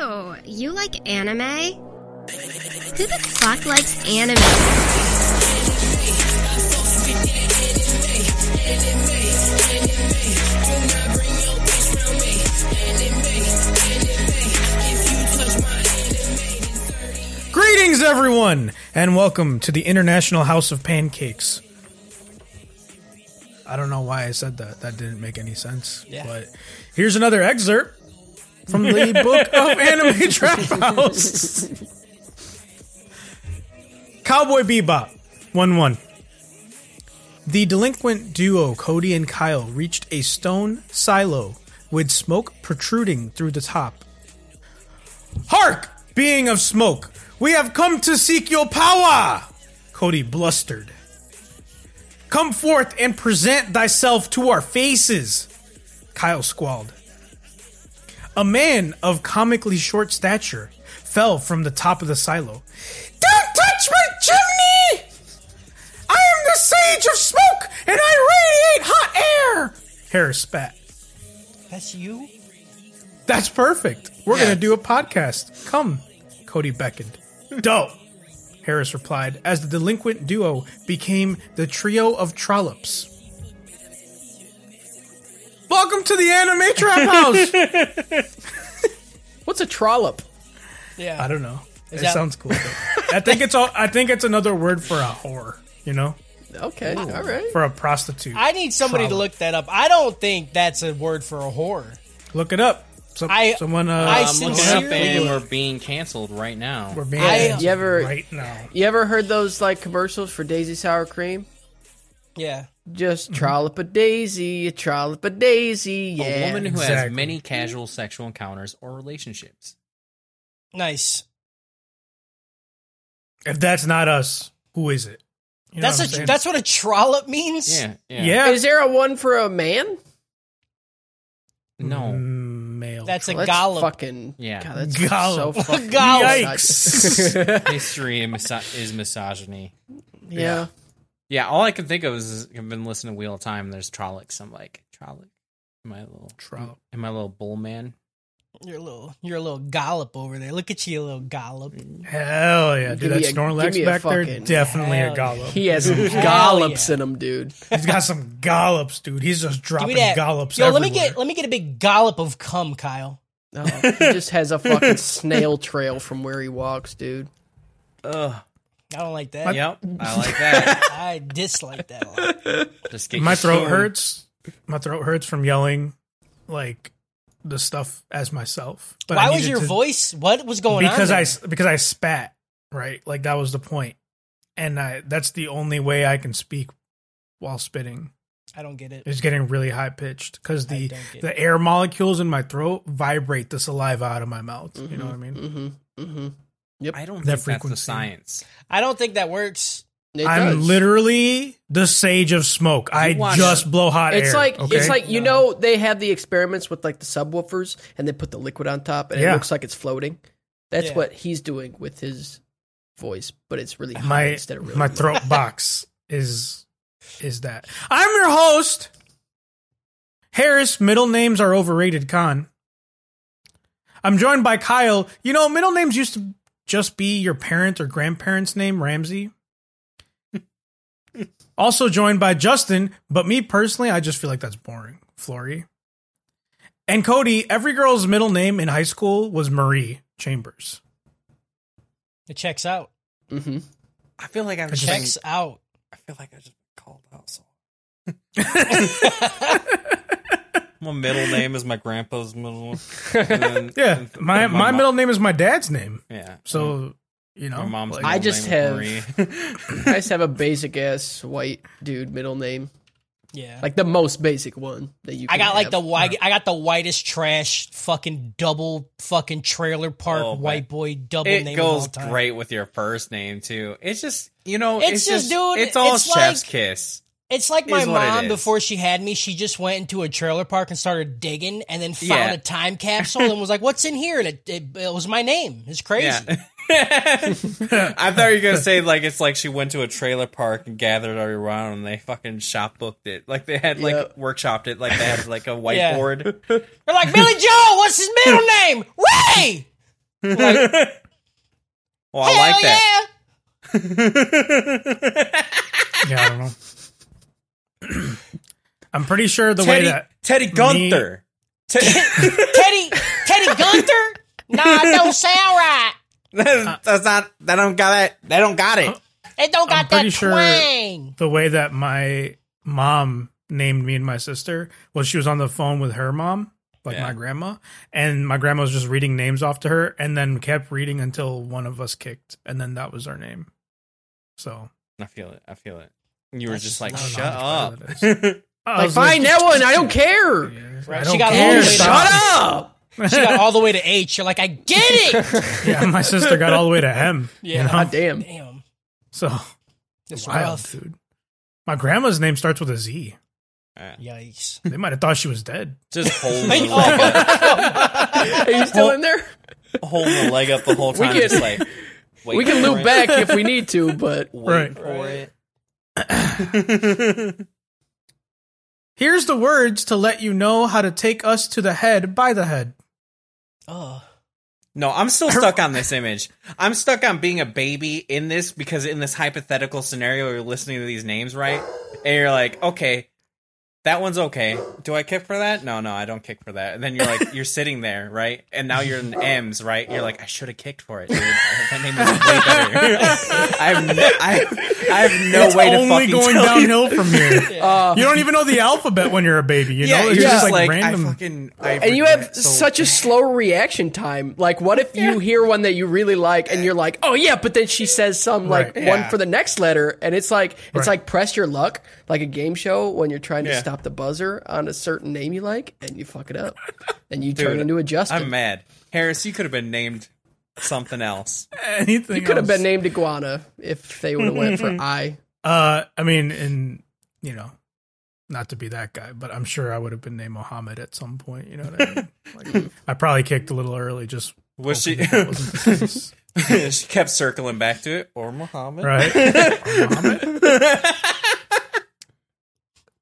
Oh, you like anime? Who the fuck likes anime? Greetings, everyone, and welcome to the International House of Pancakes. I don't know why I said that. That didn't make any sense. Yeah. But here's another excerpt from the book of Anime Trap House Cowboy Bebop 1 1. The delinquent duo Cody and Kyle reached a stone silo with smoke protruding through the top. Hark! Being of smoke, we have come to seek your power! Cody blustered. Come forth and present thyself to our faces! Kyle squalled. A man of comically short stature fell from the top of the silo. Don't touch my chimney! I am the sage of smoke and I radiate hot air! Harris spat. That's you? That's perfect. We're going to do a podcast. Come, Cody beckoned. Dope, Harris replied as the delinquent duo became the trio of trollops. Welcome to the anime trap house. What's a trollop? Yeah. I don't know. it that- sounds cool. though. I think it's all. I think it's another word for a whore. You know, Okay, all right. for a prostitute. I need somebody to Trollop. look that up. I don't think that's a word for a whore. Look it up. So, I- someone. Uh, I look it I'm looking it up sincerely- and we're being canceled right now. We're being I- canceled You ever- right now. You ever heard those like commercials for Daisy sour cream? Yeah. Just trollop a daisy, a trollop a daisy, yeah. a woman who exactly. has many casual sexual encounters or relationships. Nice. If that's not us, who is it? You know that's what I'm a saying? that's what a trollop means? Yeah, yeah. yeah. Is there a one for a man? No. male. That's a Let's gollop. fucking Yeah. God, that's Gollop. so fucking Gollop. Yikes. History and miso- is misogyny. yeah. Yeah, all I can think of is I've been listening to Wheel of Time and there's Trollocs. I'm like, Trolloc? Am I a little Trollop. Am I a little bull man? You're a little you're a little gollop over there. Look at you, a little gollop. Hell yeah, Give dude! me That a- give Snorlax me a back there, fucking- definitely a Hell gollop. He has some Hell gollops yeah. in him, dude. He's got some gollops, dude. He's just Give me dropping that. gollops. Yo, everywhere. let me get let me get a big gollop of cum, Kyle. No, Oh, he just has a fucking snail trail from where he walks, dude. I don't like that. Yep. I like that. I dislike that a lot. Just get My your throat spoon. hurts. My throat hurts from yelling, like the stuff as myself. But I Why was needed your to- voice? What was going Because on? I there? s- because I spat right. Like that was the point, and I that's the only way I can speak while spitting. I don't get it. is getting really high pitched because I the don't get the air molecules in my throat vibrate the saliva out of my mouth. You know what I mean? Mm-hmm. Mm-hmm. That I don't think that's the frequency. science. I don't think that works. It I'm does. literally the sage of smoke. I watch- just blow hot air. It's like okay? it's like you know they have the experiments with like the subwoofers and they put the liquid on top and Yeah. it looks like it's floating. That's Yeah. what he's doing with his voice, but it's really high my instead of really my low. throat box is is that. I'm your host, Harris. Middle names are overrated. Con. I'm joined by Kyle. You know, middle names used to just be your parent or grandparents' name, Ramsey. also joined by Justin, but me personally, I just feel like that's boring. Flory. And Cody, every girl's middle name in high school was Marie Chambers. It checks out. Mhm. I feel like I've just- checked. Checks out. I feel like I just called out. So my middle name is my grandpa's middle. and then- Yeah, my and my mo- middle name is my dad's name. Yeah. Mm. So you know, my mom's. like- middle I just name is Marie. I just have a basic ass white dude middle name, Yeah. like the most basic one that you. Can I got like have. the white. I got the whitest trash fucking double fucking trailer park Oh, white man. boy double it name. of all goes time. great with your first name too. It's just you know, It's it's, just, just, dude, It's all it's chef's like- kiss. It's like my is what it mom is. before she had me. She just went into a trailer park and started digging, and then found Yeah. a time capsule and was like, "What's in here?" And it, it, it was my name. It's crazy. Yeah. I thought you were gonna say like it's like she went to a trailer park and gathered all around and they fucking shop booked it. Like they had like Yep. workshopped it. Like they had like a Yeah. whiteboard. They're like Billy Joe. What's his middle name? Ray. Well, Oh, I like Hell that. yeah! Yeah, I don't know. I'm pretty sure the Teddy, way that Teddy Gunther. Te- Teddy, Teddy Gunther? Nah, it don't sound right. that's, that's not. They don't got it. They don't got it. It don't got pretty that sure- twang. the way that my mom named me and my sister was she was on the phone with her mom, like Yeah. my grandma, and my grandma was just reading names off to her and then kept reading until one of us kicked, and then that was our name. So I feel it. I feel it. You were That's just just like, not shut how up. much better I Like, was find that one. I don't care. I Right, don't she got care. all the way Stop. Shut up. She got all the way to H. You're like, I get it. Yeah, my sister got all the way to M. Yeah. You know? Damn. Damn, So that's wild, rough. dude. My grandma's name starts with a Z. Yikes. Oh, They might have thought she was dead. Just holding Like, the, leg up, Are you still in there? holding the leg up the whole time. can- just like, wait We can for loop it, back if we need to, but Wait Right. for it. Here's the words to let you know how to take us to the head by the head. Oh, No, I'm still stuck on this image. I'm stuck on being a baby in this because in this hypothetical scenario, you're listening to these names, right? And you're like, okay, that one's okay. Do I kick for that? No, no, I don't kick for that. And then you're like, you're sitting there, right? And now you're in M's, right? You're like, I should have kicked for it. Dude. That name is way better. I have no, I have, I have no way to Only fucking going tell you. downhill from here. uh, You don't even know the alphabet when you're a baby. You Yeah, know, you're it's just just like, I random. fucking, I and you regret have so such a slow reaction time. Like, what if you hear one that you really like and you're like, oh yeah, but then she says some like Right. one Yeah. for the next letter, and it's like it's Right. like press your luck, like a game show when you're trying to Yeah. stop the buzzer on a certain name you like, and you fuck it up, and you turn into a Justin. I'm mad. Harris, you could have been named something else. anything. Could have else. been named Iguana if they would have went for I. Uh, I mean, and you know, not to be that guy, but I'm sure I would have been named Mohammed at some point. You know what I mean? Like, I probably kicked a little early. Just Was hoping she- Oh, that that wasn't the case, she kept circling back to it. Or Muhammad. right? Or Mohammed?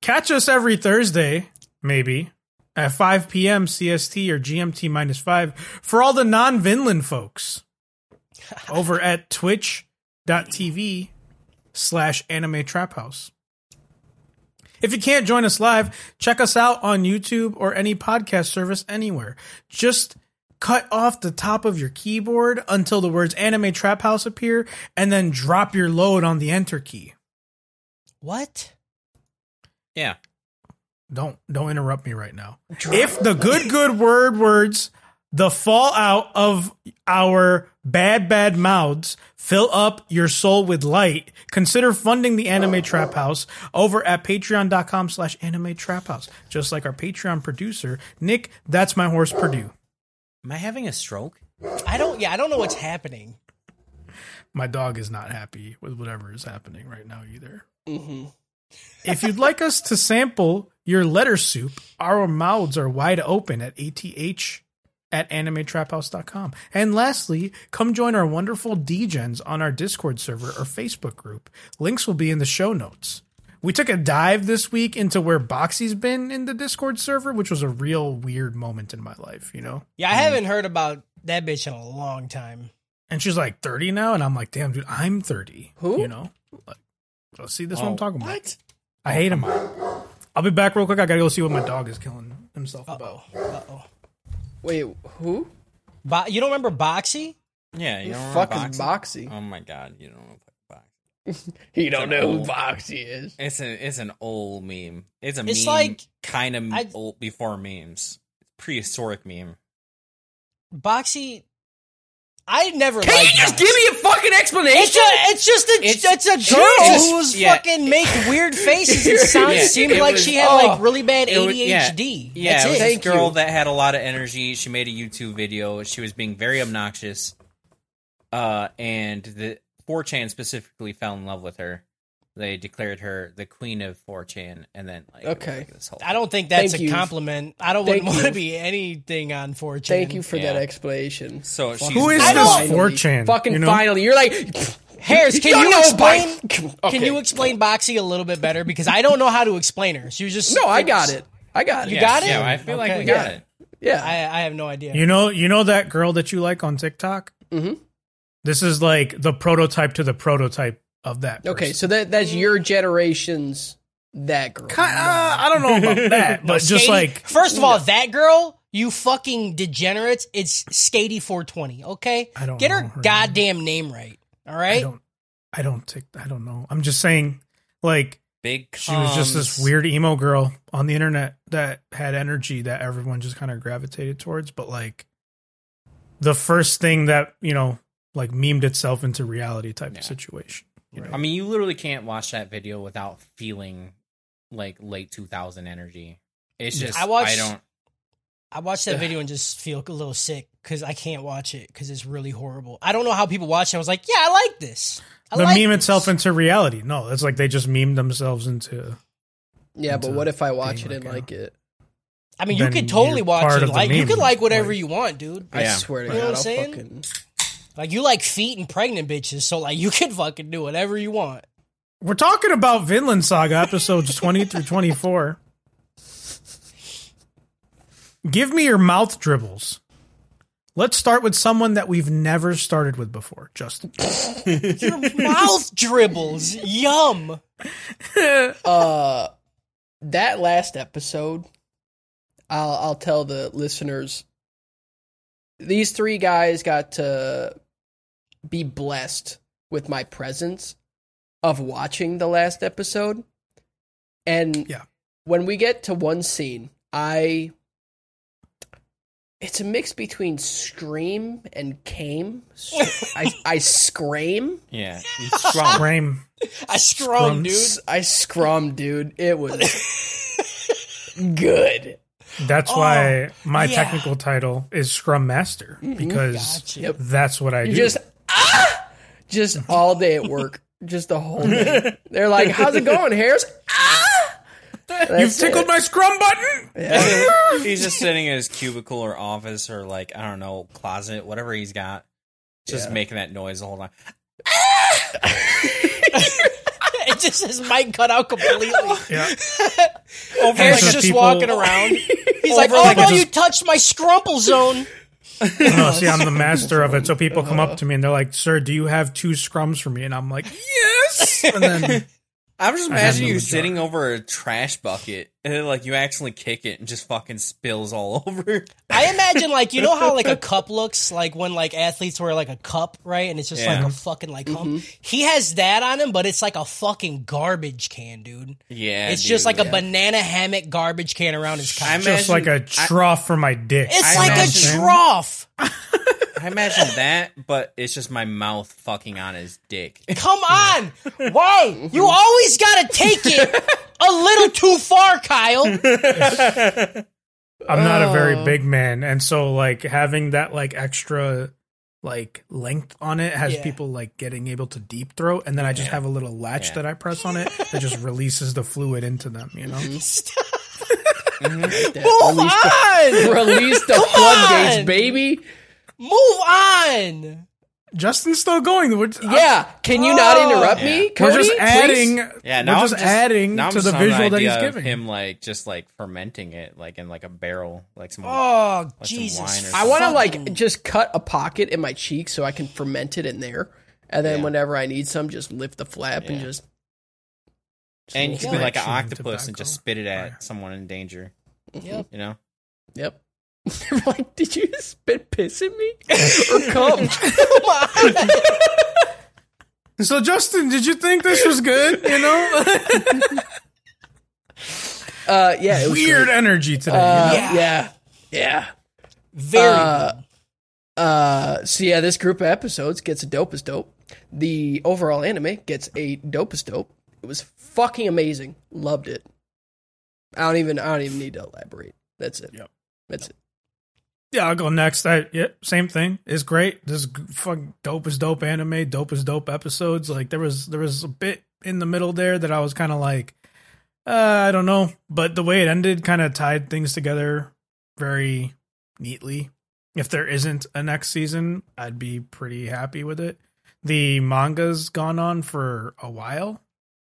Catch us every Thursday, maybe at 5 p.m. CST or GMT minus five for all the non-Vinland folks over at Twitch.tv slash Anime Trap House. If you can't join us live, check us out on YouTube or any podcast service anywhere. Just cut off the top of your keyboard until the words Anime Trap House appear, and then drop your load on the Enter key. what? Yeah. Don't don't interrupt me right now. If the good good word words the fallout of our bad bad mouths fill up your soul with light consider funding the anime trap house over at patreon.com slash anime trap house just like our patreon producer nick that's my horse purdue Am I having a stroke? I don't. Yeah, I don't know what's happening. my dog is not happy with whatever is happening right now either. if you'd like us to sample your letter soup, our mouths are wide open at ATH at animetraphouse.com. And lastly, come join our wonderful DGens on our Discord server or Facebook group. Links will be in the show notes. We took a dive this week into where Boxy's been in the Discord server, which was a real weird moment in my life, you know? Yeah, I Hmm. haven't heard about that bitch in a long time. And she's like 30 now. And I'm like, damn, dude, I'm 30. Who? You know? Like, oh, see, this is what I'm Oh, talking about. I hate him. I'll be back real quick. I gotta go see what my dog is killing himself about. Oh, uh oh. Wait, who? Bo- you don't remember Boxy? Yeah, Who you the don't fuck remember is boxing? Boxy? Uh, Oh my god, you don't know box. You don't know who Boxy is. It's an it's an old meme. It's a It's meme like- kind of I- old before memes. Prehistoric meme. Boxy. I never. Can you liked just Boxy. give me a fucking explanation? It's a, it's just a, it's, It's- a girl Jesus. who's Yeah. fucking make weird faces and sound Yeah. seemed It like was- she had oh. like really bad It wa- ADHD. Yeah, yeah it was That's this it. Thank girl you. that had a lot of energy. She made a YouTube video. She was being very obnoxious, uh, and the 4chan specifically fell in love with her. They declared her the queen of 4chan, and then like it was, Okay. like, this whole I don't think that's Thank a you. compliment. I don't Thank wouldn't want to you. be anything on 4chan. Thank you for Yeah. that explanation. So she's Who is this I don't- Finally. 4chan, Fucking you know? finally. You're like, Harris, can Don't you know explain? about- Can Can okay. you explain Boxy a little bit better? Because I don't know how to explain her. She was just no, I got it. I got it. You got it? Yeah, I feel like Okay. we got Yeah. it. Yeah. I, I have no idea. You know, you know that girl that you like on TikTok. Mhm. This is like the prototype to the prototype of that. Person. okay, so that that's your generation's that girl. Ki- uh, I don't know about that, but just Skady- like first of all, that girl, you fucking degenerates. It's Skady four twenty. Okay, I don't get her, know her goddamn name right. All I right, don't, I don't tick, I don't know. I'm just saying, like Big. she was just this cums. Um, weird emo girl on the internet that had energy that everyone just kind of gravitated towards. But like the first thing that you know, like memed itself into reality type Yeah. of situation. I mean, you literally can't watch that video without feeling like late 2000 energy. It's just I I, watched- don't. I watched that video and just feel a little sick because I can't watch it because it's really horrible. I don't know how people watch it. I was like, yeah, I like this. I the like meme this. itself into reality. No, it's like they just memed themselves into. yeah, but into what if I watch it being and like like it? I mean, you then could totally you're watch part it. of the Like you meme. could like whatever Like- you want, dude. I Yeah. swear to You God, know what I'm I'll saying? fucking. Like you like feet and pregnant bitches, so like you could fucking do whatever you want. We're talking about Vinland Saga episodes 20 through 24. Give me your mouth dribbles. Let's start with someone that we've never started with before, Justin. Your mouth dribbles. Yum. Uh, that last episode, I'll I'll tell the listeners. These three guys got to be blessed with my presence of watching the last episode, and Yeah. when we get to one scene, I. It's a mix between scream and came. So I, I scream. Yeah, it's strong. Frame. I scrum, Scrum. dude. S- I scrum, dude. It was good. That's Oh, why my yeah. Mm-hmm. technical title is Scrum Master because Gotcha. Yep. that's what I You do. just ah, just all day at work, just the whole day. They're like, "How's it going, Harris?" Ah, You've tickled my Scrum button. he's just sitting in his cubicle or office or like I don't know closet, whatever he's got, just making that noise the whole time. it just says Mike cut out completely. Yeah. Over Hands like for just people- walking around. He's like, Over "Oh like no, it's you just- touched my scrumple zone." No, see, I'm the master of it. So people come up to me and they're like, "Sir, do you have two scrums for me?" And I'm like, "Yes." And then I'm just I have imagining no you majority. sitting over a trash bucket and then, like you actually kick it and just fucking spills all over. I imagine like you know how like a cup looks like when like athletes wear like a cup, right? And it's just Yeah. like a fucking like hump. He has that on him, but it's like a fucking garbage can, dude. Yeah, It's dude. just like a banana hammock garbage can around his I couch. just like a imagine- trough for my dick. It's I like a imagine- trough. I imagine that, but it's just my mouth fucking on his dick. Come on. Why? You always got to take it a little too far, Kyle. I'm not a very Oh. big man, and so like having that like extra like length on it has Yeah. people like getting able to deep throat, and then I just have a little latch Yeah. that I press on it that just releases the fluid into them. You know, Mm-hmm. Move on. Release the floodgates, baby. Move on. Justin's still going. We're, uh, Yeah, can you not Oh. interrupt Yeah. me? Cody, we're just please? adding. Yeah, now we're I'm just, adding now I'm to the just on visual that idea he's of giving. him, like just like fermenting it, like in like a barrel, like some. Oh, Like some wine or Jesus. something. I want to like Fucking- just cut a pocket in my cheek so I can ferment it in there, and then Yeah. whenever I need some, just lift the flap and Yeah. just. and you can be Yeah. like an Chewing octopus and just tobacco. spit it Fire. at someone in danger. Yep. You know, Yep. They're like, did you just spit piss at me or come? Come on. So Justin, did you think this was good? You know, Uh, yeah, it was weird great. energy today. Uh, Yeah. yeah. yeah, yeah. Very Uh, good. Uh, so yeah, this group of episodes gets a dope as dope. The overall anime gets a dope as dope. It was fucking amazing. Loved it. I don't even. I don't even need to elaborate. That's it. Yep. That's it. Yeah, I'll go next. I, yeah, same thing. It's great. This is g- fucking dope is dope anime, dope is dope episodes. Like there was there was a bit in the middle there that I was kind of like, uh, I don't know, but the way it ended kind of tied things together very neatly. If there isn't a next season, I'd be pretty happy with it. The manga's gone on for a while,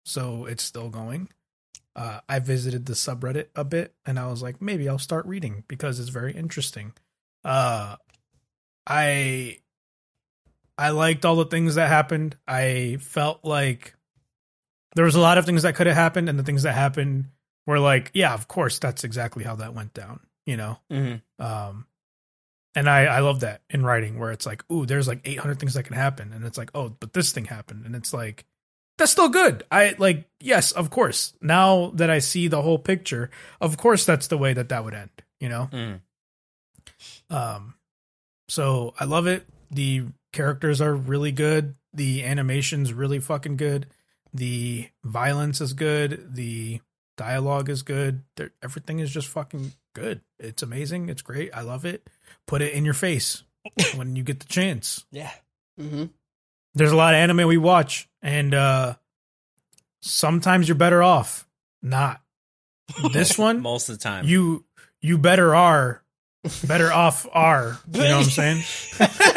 so it's still going. uh, I visited the subreddit a bit, and I was like, maybe I'll start reading because it's very interesting. Uh, I I liked all the things that happened. I felt like there was a lot of things that could have happened, and the things that happened were like, yeah, of course, that's exactly how that went down. You know, um, and I, I love that in writing where it's like, ooh, there's like 800 things that can happen. And it's like, oh, but this thing happened. And it's like, that's still good. I like, yes, of course. Now that I see the whole picture, of course, that's the way that that would end, you know? Mm. Um, so I love it. The characters are really good. The animation's really fucking good. The violence is good. The dialogue is good. There, everything is just fucking good. It's amazing. It's great. I love it. Put it in your face when you get the chance. Yeah. Mm-hmm. There's a lot of anime we watch, and uh sometimes you're better off not. This one, Most of the time. you you better are better off are. You know what I'm saying?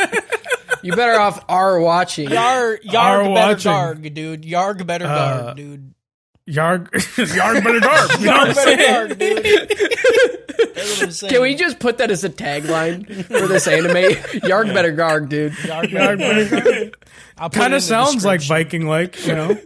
You better off are watching. Yarg, yarg Are better watching. garg, dude. Yarg better Uh, garg, dude. Yarg Yarg better garb. You know what I'm Yarg better saying? garg, dude. That's what I'm saying. Can we just put that as a tagline for this anime? Yarg better garg, dude. Yarg Yarg better better garb. garg. Kind of sounds like Viking like, you know.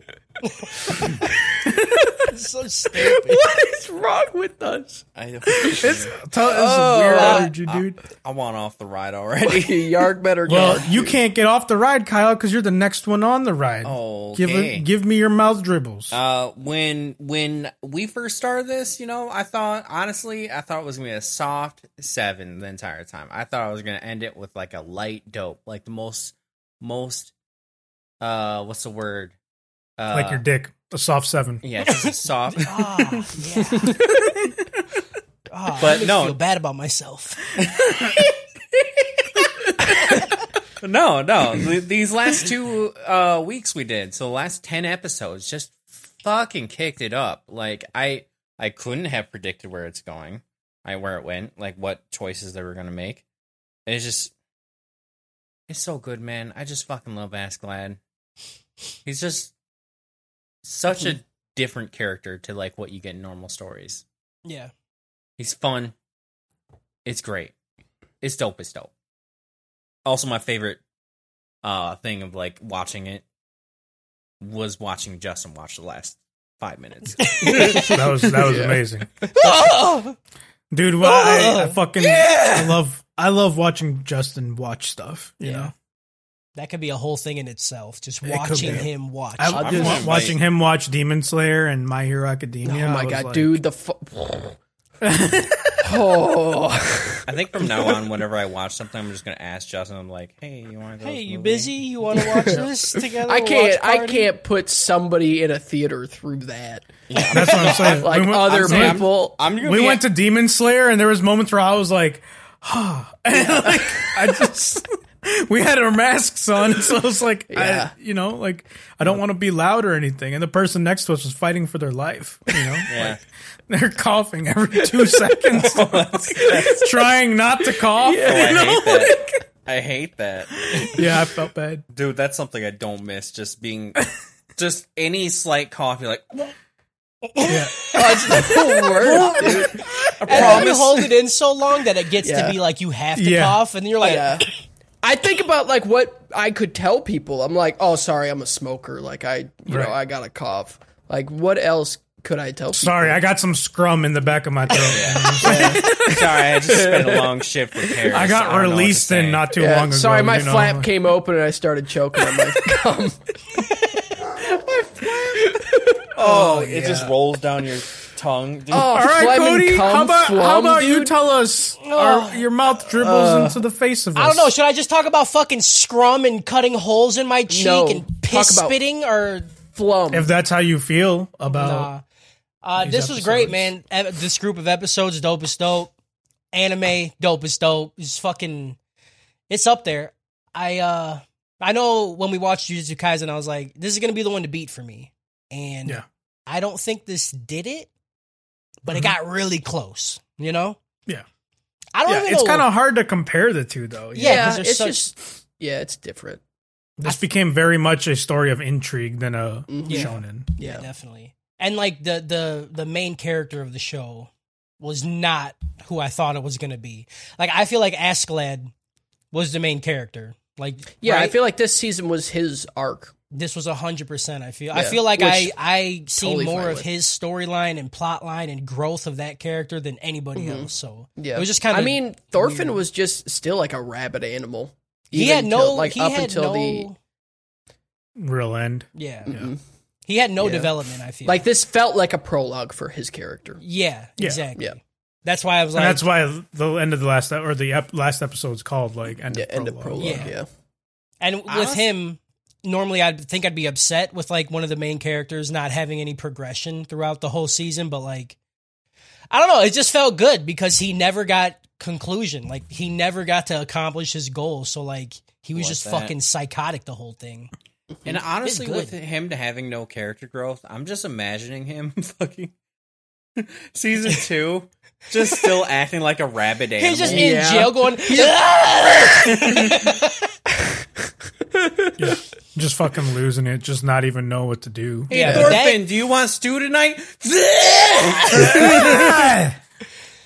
so stupid. What is wrong with us? I, Tell it's Oh, weird uh, allergy, dude. I want off the ride already. Yarg better Well, garg. you can't get off the ride, Kyle, because you're the next one on the ride. Oh, give Okay. it, give me your mouth dribbles. Uh, when when we first started this, you know, I thought honestly, I thought it was gonna be a soft seven the entire time. I thought I was gonna end it with like a light dope, like the most most uh, what's the word? Uh, like your dick, a soft seven. yeah, just a soft. Ah, yeah. Ah, But but no, no. feel bad about myself. no, no, th- these last two uh weeks we did, so the last ten episodes just fucking kicked it up. Like I I couldn't have predicted where it's going, I where it went, like what choices they were gonna make. It's just it's so good, man. I just fucking love Ass Glad. He's just such a different character to like what you get in normal stories. Yeah, He's fun. It's great. It's dope. It's dope. Also, my favorite uh thing of like watching it was watching Justin watch the last five minutes. That was that was amazing, Oh. dude. Well, I, I fucking I love I love watching Justin watch stuff. You Yeah. know, that could be a whole thing in itself. Just could watching be. him watch. I, I'm wa- gonna watching invite- him watch Demon Slayer and My Hero oh Academia. I my was god, like- dude, the fu- Oh, I think from now on, whenever I watch something, I'm just gonna ask Justin. I'm like, "Hey, you want to go? to hey, this you movie?" busy? You want to watch this together? I Watch can't. I party? can't put somebody in a theater through that. That's what I'm saying. Like we went, other I'm saying, I'm- people. I'm gonna we be went to Demon Slayer, and there was moments where I was like, "Huh." And, like, I just we had our masks on, so it's like, Yeah. I, you know, like I don't want to be loud or anything. And the person next to us was fighting for their life. You know, Yeah. they're coughing every two seconds, trying not to cough. Oh, I you know? hate that. I hate that. yeah, I felt bad. dude. That's something I don't miss. Just being, just any slight cough. You're like, Yeah. Oh, it's the worst, dude. And then you hold it in so long that it gets Yeah. to be like you have to Yeah. cough, and you're like, Yeah. I think about like what I could tell people. I'm like, oh, sorry, I'm a smoker. Like I, you Right. know, I got a cough. Like what else could I tell? people? Sorry, I got some scrum in the back of my throat. sorry, I just spent a long shift with Harris. I got don't know what to released in say." not too Yeah, long ago. sorry, my you know? flap came open and I started choking on my gum. Oh, it just rolls down your tongue. Dude. Oh, All right, phlegm and Cody. cum How about how phlegm, about you dude? tell us? Our, your mouth dribbles into the face of us. Uh, I don't know. Should I just talk about fucking scrum and cutting holes in my cheek No, and talk piss about- spitting or? Flum. if that's how you feel about. Nah. Uh, this was great, episodes. man. Ev- This group of episodes, dope is dope. Anime, dope is dope. It's fucking, it's up there. I uh, I know when we watched Jujutsu Kaisen, I was like, this is gonna be the one to beat for me, and Yeah. I don't think this did it, but it got really close. You know? Mm-hmm. Yeah. I don't Yeah, even it's know. kind of hard to compare the two, though. yeah, 'cause yeah, there's it's such- just yeah, it's different. This became very much a story of intrigue than a Mhm. Yeah. shonen. yeah, yeah. definitely. and like the the the main character of the show was not who I thought it was gonna be. Like I feel like Askeladd was the main character. Like Yeah, I right? feel like this season was his arc. this was hundred percent. I feel I Yeah, feel like which- I I seen totally more fine of with. his storyline and plot line and growth of that character than anybody else. So Mm-hmm. Yeah, it was just kind of. I mean, Thorfinn was just still like a rabid animal. he Even had no till- like he up had until no, the Mm-hmm. Real end. yeah. He had no development. I feel like this felt like a prologue for his character. yeah, Yeah. exactly. Yeah. That's why I was like, And that's why the end of the last or the ep- last episode's called like end Yeah, of end prologue. of prologue. Yeah. Yeah. And with Honest- him, normally I'd think I'd be upset with like one of the main characters not having any progression throughout the whole season, but like I don't know, it just felt good because he never got conclusion. Like he never got to accomplish his goal. So like he was What just that? fucking psychotic the whole thing. And honestly, good. with him to having no character growth, I'm just imagining him fucking season two, just still acting like a rabid animal. He's just Yeah. in jail going Just fucking losing it, just not even know what to do. hey, Yeah, but Thorfinn, do you want stew tonight?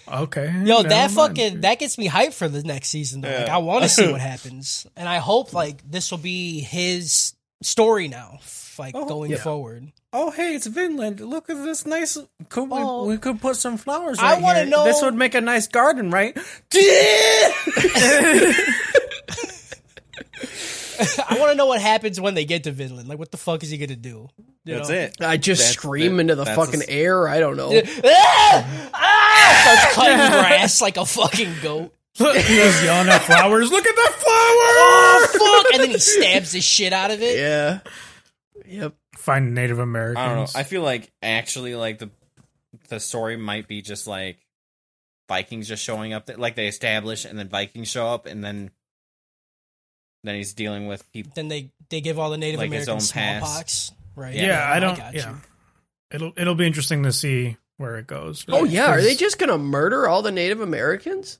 Okay. Yo, never mind. that fucking that gets me hyped for the next season. Though. Like, Yeah. I want to see what happens, and I hope like this will be his story now, f- like going forward. oh, hey, it's Vinland. Look at this nice. Could we, Oh. we could put some flowers. I Right wanna here. know- This would make a nice garden, right? I want to know what happens when they get to Vinland. Like, what the fuck is he gonna do? You That's know? it. I just That's- scream that- into the that's fucking a s- air. I don't know. Ah! Ah! Starts cutting grass like a fucking goat. Just yelling at flowers. Look at that flower! Fuck! And then he stabs the shit out of it. Yeah. Yep. Find Native I don't know. Americans. I feel like actually, like the the story might be just like Vikings just showing up, like they establish, and then Vikings show up, and then then he's dealing with people. Then they they give all the Native Like his Americans own past. smallpox. Right. yeah, I don't. got yeah, you. it'll it'll be interesting to see where it goes. Oh yeah. Are they Because just gonna murder all the Native Americans?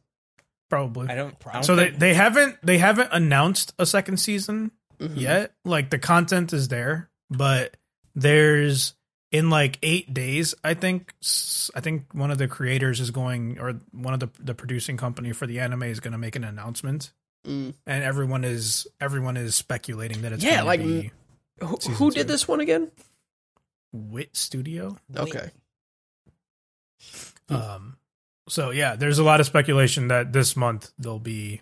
probably? I don't. I don't so they, think- they haven't they haven't announced a second season Mhm. Mm-hmm. yet. Like the content is there, but there's in like eight days. I think s- I think one of the creators is going, or one of the the producing company for the anime is going to make an announcement, Mm. and everyone is everyone is speculating that it's Yeah, gonna like, be Who, Season who two. did this one again? Wit Studio. Okay. Hmm. Um, so yeah, there's a lot of speculation that this month there'll be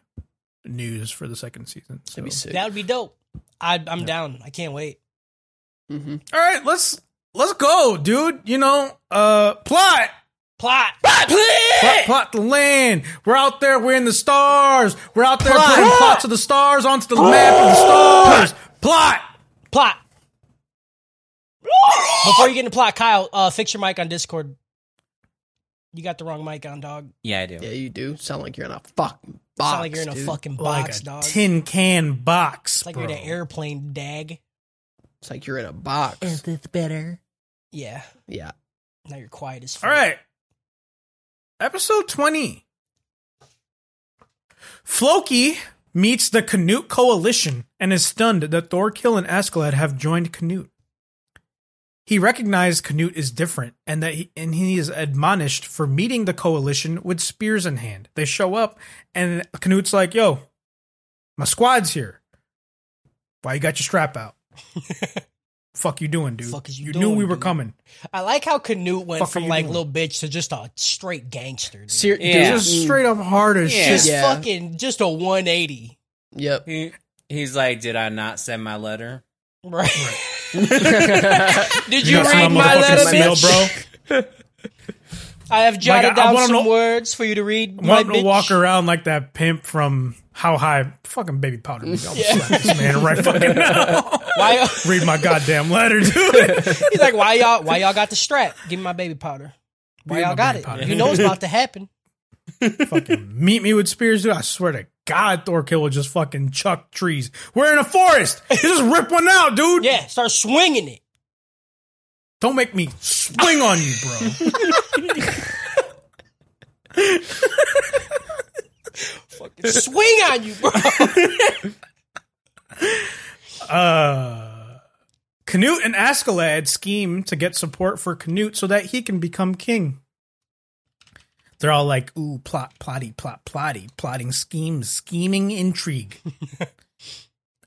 news for the second season. So. That'd be sick. That would be dope. I, I'm down. I can't wait. hmm All right, let's let's go, dude. You know, uh, plot. Plot. Plot, plot the land. We're out there. We're in the stars. We're out there Plot. putting plots of the stars onto the map of the stars. Plot. Plot. Before you get into plot, Kyle, uh, fix your mic on Discord. You got the wrong mic on, dog. yeah, I do. Yeah, you do sound like you're in a fucking box. Sound like you're in a dude. fucking Like box, a dog. tin can box. It's like bro. you're in an airplane, dag. It's like you're in a box. Yeah. Yeah. Now you're quiet as fuck. All right. Episode 20. Floki meets the Canute Coalition and is stunned that Thorkill and Askeladd have joined Canute. He recognizes Canute is different and that he, and he is admonished for meeting the coalition with spears in hand. They show up and Canute's like, "Yo, my squad's here. Why you got your strap out? Fuck you doing, dude? Fuck is you knew doing, we were dude?" coming. I like how Canute went Fuck are from you like doing? little bitch to just a straight gangster. Dude. Ser- Yeah. dude, Just straight up hard as Yeah. shit. Just Yeah. fucking just a 180. Yep. He, he's like, did I not send my letter? Right. Did You you, got read some my motherfucking letter, smell, bitch? bro. I have jotted I down want 'em some to- words for you to read. my Want him to bitch. walk around like that pimp from How High? Fucking baby powder. Me. I'll slap this man right fucking now. Why? Read my goddamn letter, dude. He's like, why y'all? Why y'all got the strap? Give me my baby powder. Give Why me y'all my got baby it? powder. You know it's about to happen. fucking meet me with spears, dude. I swear to God, Thorkill will just fucking chuck trees. We're in a forest. You just rip one out, dude. Yeah, start swinging it. Don't make me swing on you, bro. Swing on you, bro. Uh, Canute and Askeladd scheme to get support for Canute so that he can become king. They're all like, ooh, plot, plotty, plot, plotty, plotting schemes, scheming intrigue.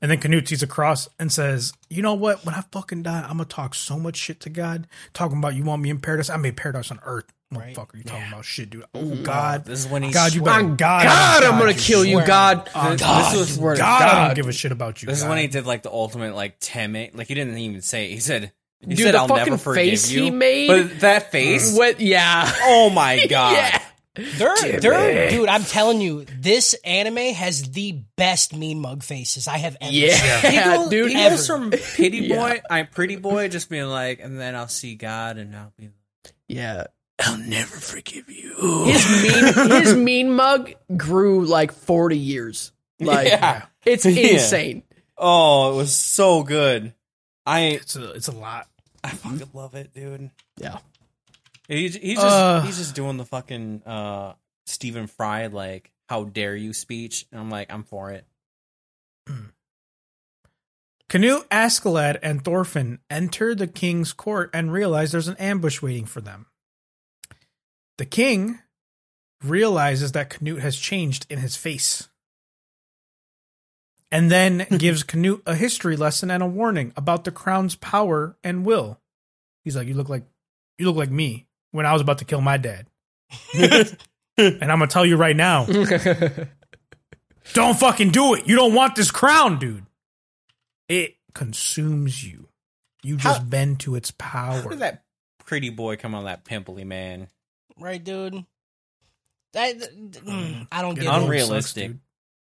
and then Canute sees a cross and says, You know what? When I fucking die, I'm gonna talk so much shit to God, talking about you want me in paradise. I made paradise on earth. Motherfucker, you talking about shit, dude. Oh God. This is when he God, you swear- better God, God, I'm gonna you kill you, swear. God. This- God, this was- swear to God, I don't God. give a shit about you. This is God. when he did like the ultimate like teme. Like he didn't even say. It. He said he Dude, said the I'll never fucking forgive face you. he made- But that face. What? Yeah. Oh my god. Yeah. They're, they're, dude, I'm telling you, this anime has the best mean mug faces I have ever seen. Yeah, He goes- dude. he ever. goes from pity Yeah. boy, I'm pretty boy, just being like, and then I'll see God, and I'll be. Yeah. I'll never forgive you. His mean his mean mug grew like 40 years. Like Yeah. it's Yeah. insane. Oh, it was so good. I it's a, it's a lot. I fucking love it, dude. Yeah. He, he's just Uh. he's just doing the fucking uh Stephen Fry like how dare you speech, and I'm like I'm for it. Canute, Askeladd, and Thorfinn enter the king's court and realize there's an ambush waiting for them. The king realizes that Canute has changed in his face and then gives Canute a history lesson and a warning about the crown's power and will. He's like, "You look like you look like me when I was about to kill my dad." and I'm going to tell you right now. Don't fucking do it. You don't want this crown, dude. It consumes you. You just How- bend to its How power. did that pretty boy come on that pimply man? Right, dude? That, th- th- mm, I don't It get really dude. it. Unreal. Unrealistic.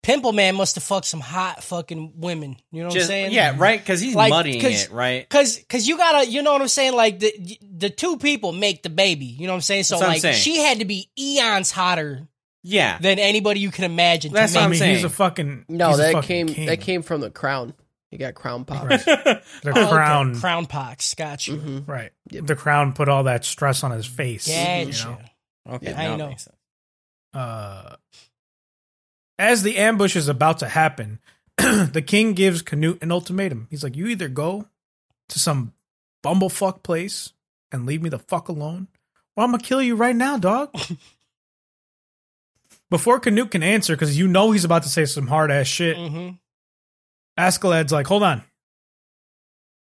Pimple Man must have fucked some hot fucking women. You know what I'm Just, saying? yeah, right, because he's Like, muddying 'cause- it, right? Cause, cause you gotta, you know what I'm saying? Like the the two people make the baby. You know what I'm saying? So That's what I'm like, saying. she had to be eons hotter Yeah, than anybody you can imagine. That's to what I I'm mean, he's saying. a fucking No, he's a that fucking came king. that came from the crown. He got crown power. Right. the make- Oh, okay. crown, crown pox. Got Mm. you. Mhm. right? The crown put all that stress on his face. Got you know? you. okay, I now it know. makes sense. Uh, as the ambush is about to happen, the king gives Canute an ultimatum. He's like, "You either go to some bumblefuck place and leave me the fuck alone, or I'm gonna kill you right now, dog." Before Canute can answer, because you know he's about to say some hard ass shit, Mhm. Askeladd's like, "Hold on.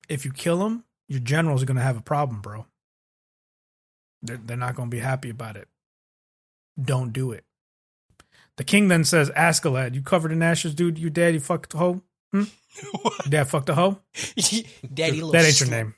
If you kill him, your generals are gonna have a problem, bro. They're, they're not gonna be happy about it. Don't do it." The king then says, "Askeladd, you covered in ashes, dude. You daddy fucked a hoe. Hmm? Your dad fucked a hoe. Daddy, little that ain't your slut. Uh, name,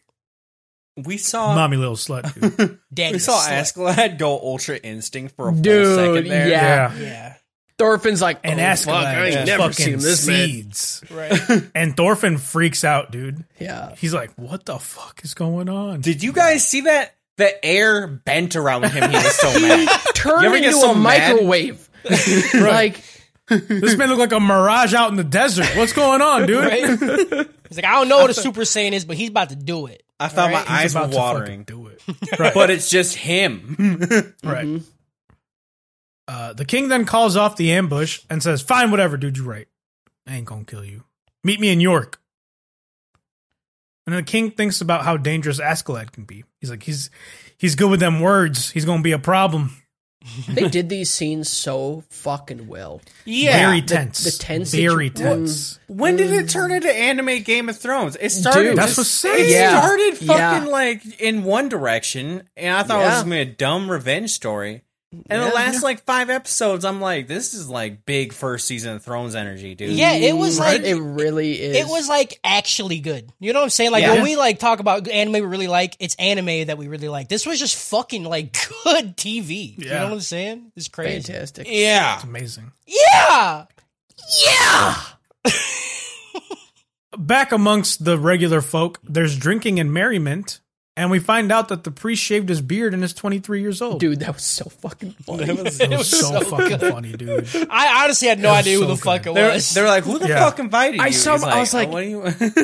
We saw mommy, little slut, dude. Daddy, we saw slut. Askeladd go ultra instinct for a full Dude, second there. yeah. yeah." Yeah, Thorfinn's like, And oh, Askeladd fuck, I ain't never fucking seen him this bad. seeds, right. and Thorfinn freaks out, dude. Yeah. He's like, "What the fuck is going on?" Did you guys see that? The air bent around him. He was so mad. Turned You ever get into so a mad? microwave. Like this man look like a mirage out in the desert. What's going on, dude? Right? He's like, I don't know what a Super Saiyan is, but he's about to do it. I thought Right? my eyes He's were about to fucking watering, do it. Right. but it's just him. Right. Mm-hmm. Uh, the king then calls off the ambush and says, "Fine, whatever, dude. You right. I ain't gonna kill you. Meet me in York." And the king thinks about how dangerous Askeladd can be. He's like, he's he's good with them words. He's gonna be a problem. they did these scenes so fucking well. Very the- tense. the tense Very situ- tense. When did it turn into anime Game of Thrones? It started. Dude. That's just- what's sad. It Yeah. started fucking Yeah. like in one direction, and I thought it was Yeah. gonna be a dumb revenge story. And Yeah. the last like five episodes, I'm like, this is like big first season of Thrones energy, dude. Yeah, it was like it really is. It was like actually good. You know what I'm saying? Like Yeah. when we like talk about anime we really like, it's anime that we really like. This was just fucking like good TV. You Yeah. know what I'm saying? It's crazy. fantastic. yeah. It's amazing. Yeah. Back amongst the regular folk, there's drinking and merriment, and we find out that the priest shaved his beard and is 23 years old. Dude, that was so fucking funny. It was, so, fucking funny, dude. I honestly had no It was idea who so the fuck good. it They're, was. they're like, who the Yeah. fuck invited you? I saw He's him- I was "Oh, like- what do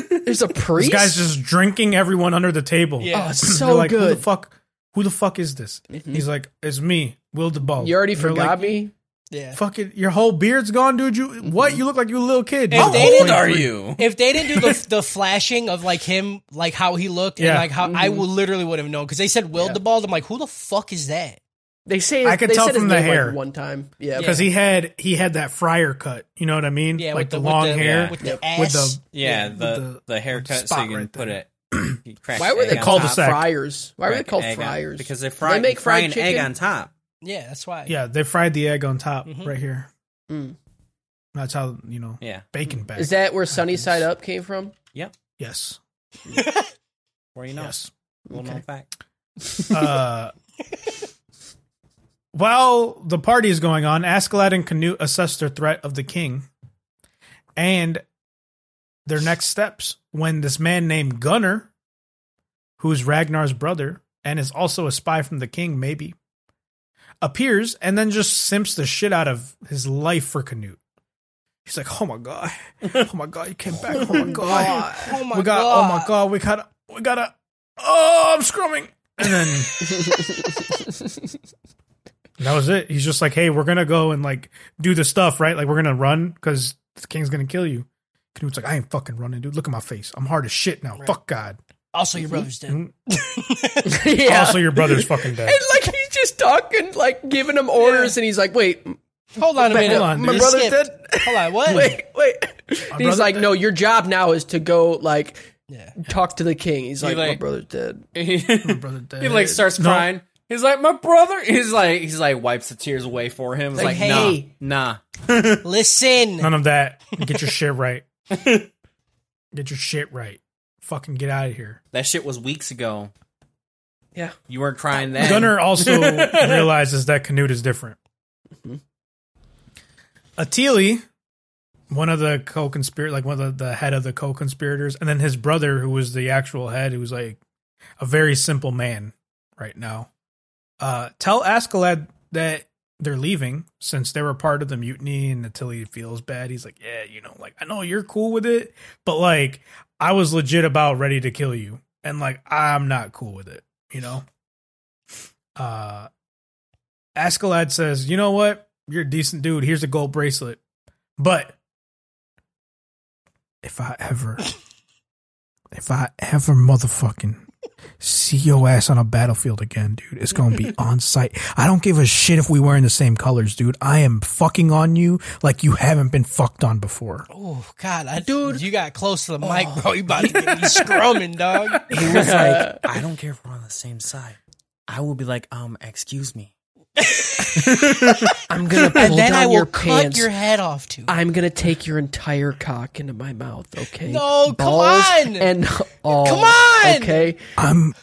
you? There's a priest. This guy's just drinking everyone under the table. Yeah. oh, They're so like, Who good. the fuck? Who the fuck is this? He's like, it's me, Will DeBall. you already And they're forgot like, me. Yeah. Fucking your whole beard's gone, dude. You what? You look like you a little kid. If dude. they didn't- you? If they didn't do the the flashing of like him, like how he looked, Yeah. and like how I will literally would have known because they said willed Yeah. the ball. I'm like, who the fuck is that? They say I could they tell said his from the name, like, hair. one time. Yeah, because he had he had that friar cut. You know what I mean? Yeah, like with the, the, long with the, hair with the with ass. the Yeah, with the the- the, haircut so spot you can right put there. it. you crack Why were the they egg on called top. Cul-de-sac. friars? Why were they Crack called egg on- friars? Because they fry, make fry fried an egg chicken? on top. yeah, that's why. yeah. They fried the egg on top Mhm. right here. Mm-hmm. Mm. That's how you know Yeah. bacon back. Is that where Sunny Side Up came from? yes? Where you know. Yes. Well, known Okay. fact. uh, while the party is going on, Askeladd and Canute assess their threat of the king and their next steps when this man named Gunnar, who's Ragnar's brother and is also a spy from the king, maybe, appears and then just simps the shit out of his life for Canute. He's like, oh my god, oh my god, you came back, oh my god, Oh my we got, god. oh my god, we got, we got to oh, I'm scrumming, and then. That was it. He's just like, hey, we're gonna go and like do the stuff, right? Like we're gonna run because the king's gonna kill you. Canute's like, I ain't fucking running, dude. Look at my face. I'm hard as shit now. Fuck God. Also, your brother's dead. And yeah. Also, your brother's fucking dead. and like he's just talking, like giving him orders, and he's like, "Wait, Hold on a minute. on, You dude. my brother's skipped. dead. Hold on, what? wait, wait." And he's brother- like, "No, your job now is to go like Yeah. talk to the king." He's like, "My like- brother's dead." he brother dead. like starts No. crying. He's like, my brother. He's like, he's like, wipes the tears away for him. He's Like, like, hey. nah, nah. Listen. None of that. Get your shit right. Get your shit right. Fucking get out of here. That shit was weeks ago. Yeah. You weren't crying then. Gunnar also realizes that Canute is different. Atili, one of the co-conspirator, like one of the, the head of the co-conspirators, and then his brother, who was the actual head, who was like a very simple man right now. Uh, tell Askeladd that they're leaving since they were part of the mutiny, and Atili feels bad. He's like, yeah, you know, like I know you're cool with it, but like I was legit about ready to kill you, and like I'm not cool with it, you know uh Askeladd says, "You know what? You're a decent dude. Here's a gold bracelet. But if I ever if I ever motherfucking see your ass on a battlefield again, dude, it's going to be on site. I don't give a shit if we wearing the same colors, dude. I am fucking on you like you haven't been fucked on before." Oh God, I, dude, you got close to the mic, bro. You about to get me scrumming, dog. He was like, I don't care if we're on the same side. I will be like, um, excuse me. I'm gonna pull And then down I your will cut pants. your head off too. I'm gonna take your entire cock into my mouth, okay? No, come Balls on! and all, Come on! okay? I'm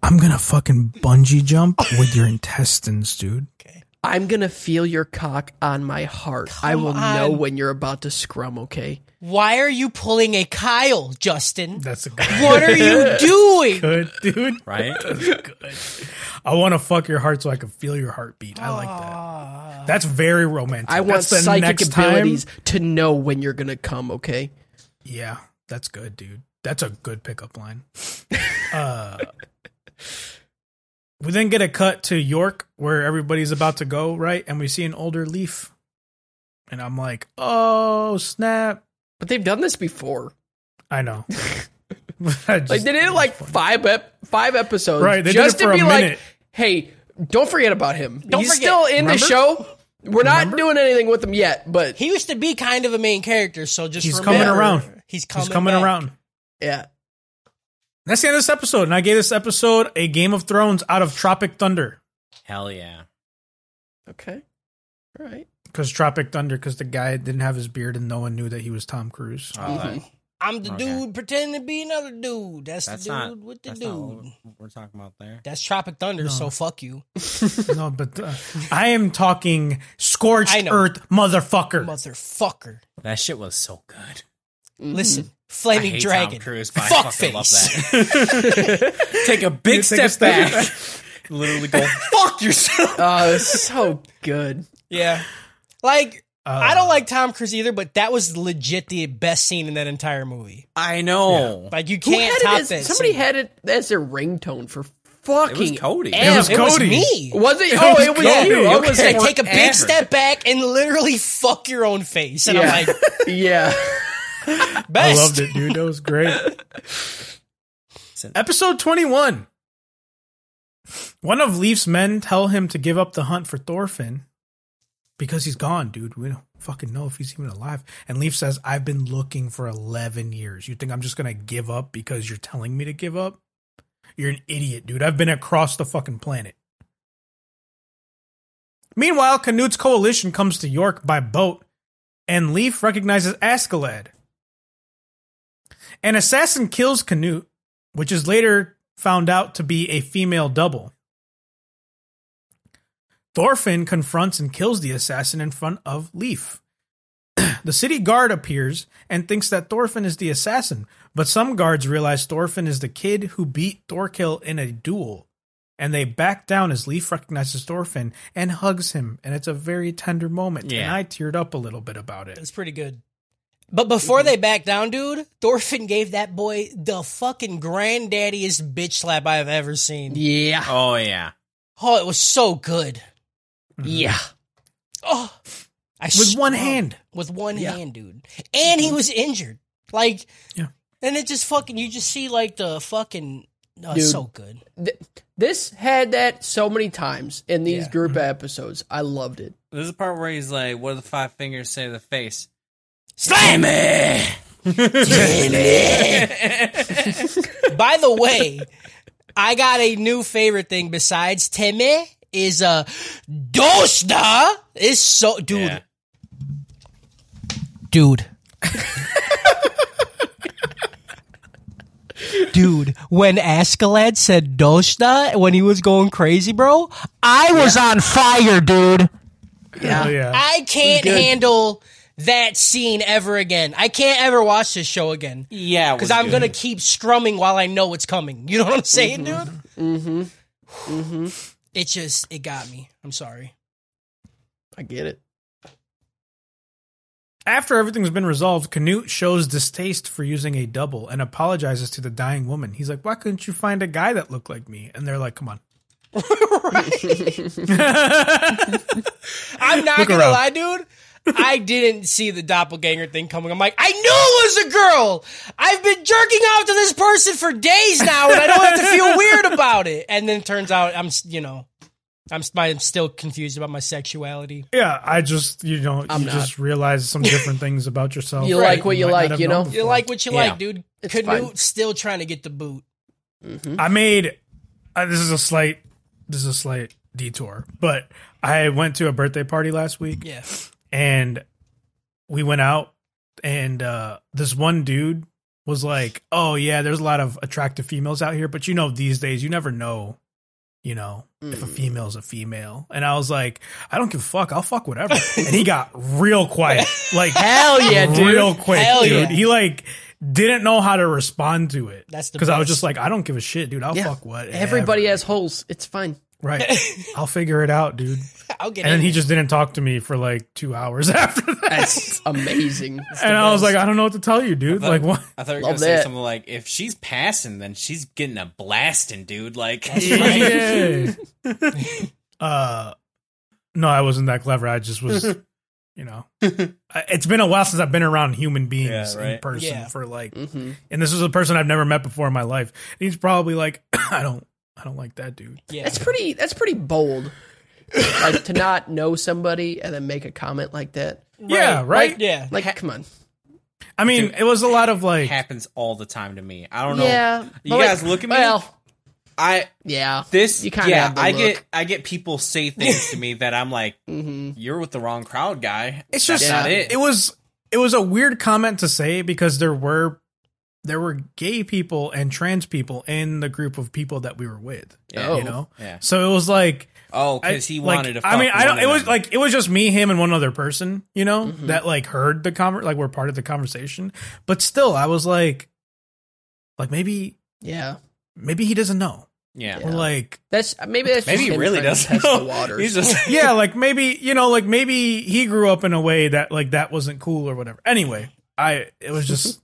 I'm going to fucking bungee jump with your intestines, dude. I'm gonna feel your cock on my heart. I will know on. when you're about to scrum, okay? Why are you pulling a Kyle, Justin? That's a good What are you doing? good, dude. Right? I want to fuck your heart so I can feel your heartbeat. I like that. Ah. That's very romantic. I want That's the psychic next time- abilities to know when you're gonna come, okay? Yeah, that's good, dude. That's a good pickup line. uh, we then get a cut to York where everybody's about to go, right? And we see an older Leaf. And I'm like, oh, snap. But they've done this before. I know. I Like just- they did it like five ep- five episodes, Right, they did just it for to a be like, minute. hey, don't forget about him. Don't He's forget. still in Remember? the show. We're not Remember? doing anything with him yet, but He used to be kind of a main character, so just He's remember, coming around. He's coming. he's coming back. around. yeah, That's the end of this episode. And I gave this episode a Game of Thrones out of Tropic Thunder. Hell yeah. okay, all right. Because Tropic Thunder, because the guy didn't have his beard and no one knew that he was Tom Cruise. Ah. I'm the Okay. dude pretending to be another dude. That's, That's the dude not with the that's dude. not what we're talking about there. That's Tropic Thunder, so fuck you, no, but uh, I am talking scorched I know. earth motherfucker. motherfucker. That shit was so good. Mm-hmm. Listen, I flaming hate dragon, Tom Cruise, but I fuck fucking love face. that. take a big take a step, step back. Literally go, fuck yourself. Oh, it's so good. yeah, like Uh, I don't like Tom Cruise either, but that was legit the best scene in that entire movie. I know. Like you Who had can't it top as- that. Somebody scene. had it as their ringtone for fucking. Cody. Damn, was it was Cody. me. Was it? It oh, was it was Cody. you. It Okay. It's like take a Forever. big step back and literally fuck your own face. And Yeah. I'm like, yeah. I best. loved it, dude. That was great. Episode 21. One of Leaf's men tell him to give up the hunt for Thorfinn because he's gone, dude. We don't fucking know if he's even alive. And Leaf says, I've been looking for 11 years. You think I'm just going to give up because you're telling me to give up? You're an idiot, dude. I've been across the fucking planet. Meanwhile, Canute's coalition comes to York by boat, and Leaf recognizes Askeladd. An assassin kills Canute, which is later found out to be a female double. Thorfinn confronts and kills the assassin in front of Leaf. the city guard appears and thinks that Thorfinn is the assassin, but some guards realize Thorfinn is the kid who beat Thorkill in a duel. And they back down as Leaf recognizes Thorfinn and hugs him, and it's a very tender moment. And Yeah. I teared up a little bit about it. It's pretty good. But before Mm-hmm. they back down, dude, Thorfinn gave that boy the fucking granddaddiest bitch slap I have ever seen. Yeah. Oh yeah. Oh, it was so good. Yeah. Oh, I Mm-hmm. With one scrubbed hand. Mm-hmm. With one Yeah. hand, dude. And he was injured. Like, Yeah. And it just fucking, you just see like the fucking, oh, it's Dude. so good. Th- this had that so many times in these Yeah. group episodes. I loved it. This is the part where he's like, "What do the five fingers say to the face?" Slam it! By the way, I got a new favorite thing besides Timmy is uh Dosta is so dude. Yeah. Dude. Dude, when Askeladd said Dosta when he was going crazy, bro, I was on fire, dude. Hell yeah. I can't Good. handle that scene ever again. I can't ever watch this show again Yeah, because I'm gonna keep strumming while I know it's coming. You know what I'm saying, dude? Mm-hmm. mm-hmm. It just it got me. I'm sorry. I get it. After everything's been resolved, Canute shows distaste for using a double and apologizes to the dying woman. He's like, "Why couldn't you find a guy that looked like me?" And they're like, "Come on." I'm not Look gonna around. lie, dude. I didn't see the doppelganger thing coming. I'm like, I knew it was a girl. I've been jerking off to this person for days now, and I don't have to feel weird about it. And then it turns out I'm, s- you know, I'm, s- I'm still confused about my sexuality. Yeah, I just you know I'm you not. just realize some different things about yourself. You like what you might not like, have you known know? You before. like what you Yeah. like, dude. It's Canute fine. still trying to get the boot. I made uh, this is a slight this is a slight detour, but I went to a birthday party last week. Yeah. and we went out and uh this one dude was like oh yeah there's a lot of attractive females out here but you know these days you never know you know if Hmm. a female's a female and i was like i don't give a fuck i'll fuck whatever and he got real quiet like Hell yeah, dude. real quick Hell dude yeah. he like didn't know how to respond to it That's the because i was best. just like i don't give a shit dude i'll Yeah. fuck what Everybody has holes. It's fine. right i'll figure it out dude I'll get and then in. he just didn't talk to me for like two hours after that That's amazing. and I was like, I don't know what to tell you, dude. Like, what? I thought you were Love gonna say that. something like, "If she's passing, then she's getting a blasting, dude." Like, Yeah. uh, no, I wasn't that clever. I just was, you know, I- it's been a while since I've been around human beings Yeah, right. in person Yeah. for like, hmm and this is a person I've never met before in my life. And he's probably like, I don't, I don't like that dude. yeah. That's pretty. That's pretty bold. like to not know somebody and then make a comment like that. Yeah, right. Yeah. Like, come on. I mean, it was a lot of it like, happens all the time to me. I don't Yeah. know. You but guys like- look at me. Well, I yeah. this You you kinda kind yeah. have the I look. get I get people say things to me that I'm like, hmm "You're with the wrong crowd, guy." it's That's just, Yeah. not it. it was, it was a weird comment to say because there were, there were gay people and trans people in the group of people that we were with. Yeah. Oh. You know, Yeah. so it was like. Oh, I- because he like, wanted to. Fuck I mean, I one don't. of It was them. Mm-hmm. like it was just me, him, and one other person. You know that like heard the conver like were part of the conversation. But still, I was like, like maybe Yeah. maybe he doesn't know. yeah. Or like That's maybe that's Maybe just he him really trying to doesn't. test know. The waters. He's just yeah, like maybe you know, like maybe he grew up in a way that like that wasn't cool or whatever. Anyway, I it was just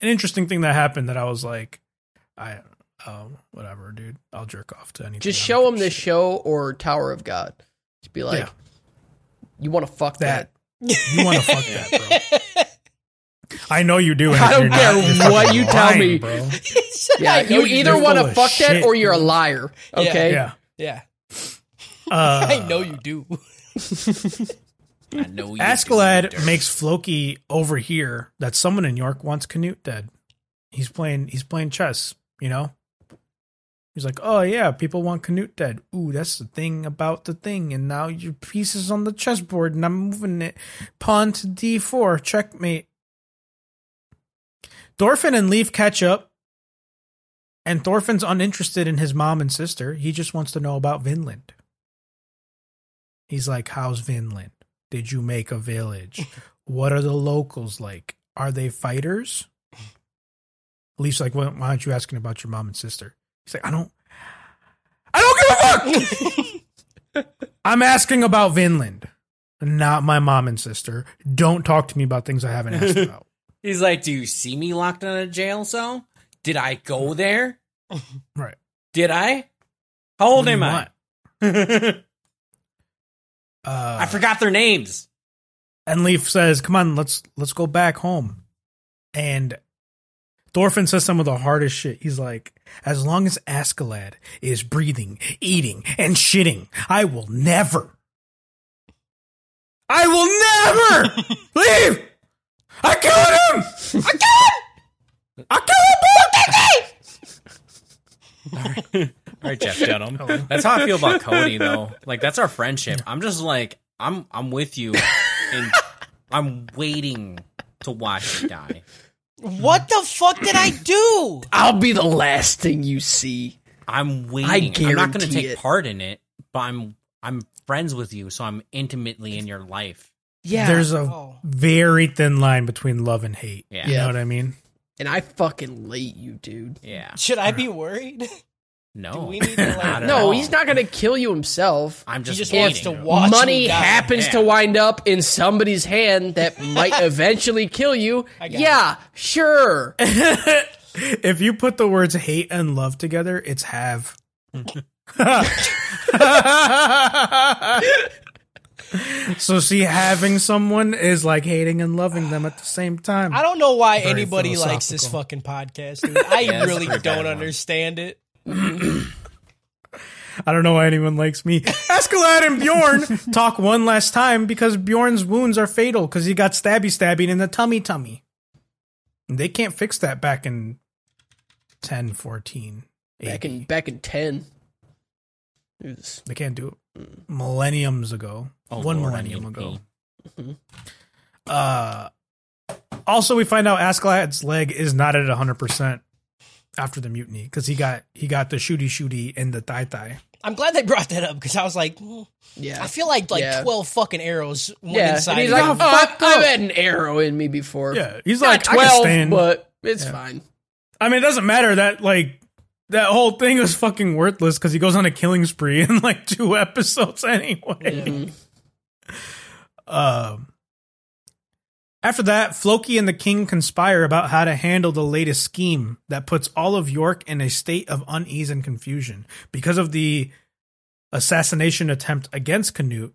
an interesting thing that happened that I was like, I. oh, whatever, dude. I'll jerk off to anything. Just I don't show give him a this shit. show or Tower of God. Just be like, Yeah. you want to fuck that? That. You want to fuck that, bro. I know you do. and I if don't you're not, care you're fucking what you tell lying, me. Bro. Yeah, I know you you either do. want Full to of fuck that shit, or you're a liar. Yeah. Okay. Yeah. Yeah, Uh, I know you do. I know you. Askeladd makes Floki overhear that someone in York wants Canute dead. He's playing he's playing chess, you know? He's like, Oh yeah, people want Canute dead. Ooh, that's the thing about the thing, and now your piece is on the chessboard and I'm moving it. Pawn to D four, checkmate. Thorfinn and Leaf catch up. And Thorfinn's uninterested in his mom and sister. He just wants to know about Vinland. He's like, How's Vinland? Did you make a village? what are the locals like? Are they fighters? Leaf's like, well, why aren't you asking about your mom and sister? He's like, I don't, I don't give a fuck. I'm asking about Vinland, not my mom and sister. Don't talk to me about things I haven't asked about. He's like, do you see me locked in a jail cell? Did I go there? Right. Did I? How What old do am you I? want? Uh, I forgot their names. And Leaf says, "Come on, let's let's go back home." And Thorfinn says some of the hardest shit. He's like, "As long as Askeladd is breathing, eating, and shitting, I will never, I will never leave. I killed him. I killed him. I killed him. All right, Jeff Dunham. That's how I feel about Cody, though. Like that's our friendship. I'm just like I'm. I'm with you, and I'm waiting to watch you die. what the fuck did I do? I'll be the last thing you see. I'm waiting. I'm not going to guarantee take it. part in it, but I'm I'm friends with you, so I'm intimately in your life. Yeah. There's a Oh. very thin line between love and hate. Yeah. You Yeah. know what I mean? and I fucking late you, dude. Yeah. Should I be worried? Do No. we need to like? Not at No, all. he's not going to kill you himself. I'm He just, just waiting. wants to watch. Money you die. happens to Yeah. wind up in somebody's hand that might eventually kill you. I got Yeah, sure. if you put the words hate and love together, it's have. so see, having someone is like hating and loving them at the same time. I don't know why Very anybody likes this fucking podcast. Dude. I that's a really pretty bad don't one. understand it. I don't know why anyone likes me. Escalade and Bjorn talk one last time because Bjorn's wounds are fatal because he got stabby stabbing in the tummy tummy. And they can't fix that back in 10, 14. Back 80. in back in 10. It was- They can't do it. Millenniums ago. Oh, one Lord, I millennium need ago. pee. Uh, also, we find out Askeladd's leg is not at 100% after the mutiny because he got he got the shooty shooty and the thigh thigh. I'm glad they brought that up because I was like, hmm, Yeah. I feel like like Yeah. twelve fucking arrows one yeah. inside. And he's of like, him. "Oh, I've, I've had an arrow in me before. Yeah, he's Not like 12, 12, but it's Yeah. fine. I mean, it doesn't matter that like that whole thing is fucking worthless because he goes on a killing spree in like two episodes anyway. Mhm. Um, after that, Floki and the king conspire about how to handle the latest scheme that puts all of York in a state of unease and confusion because of the assassination attempt against Canute.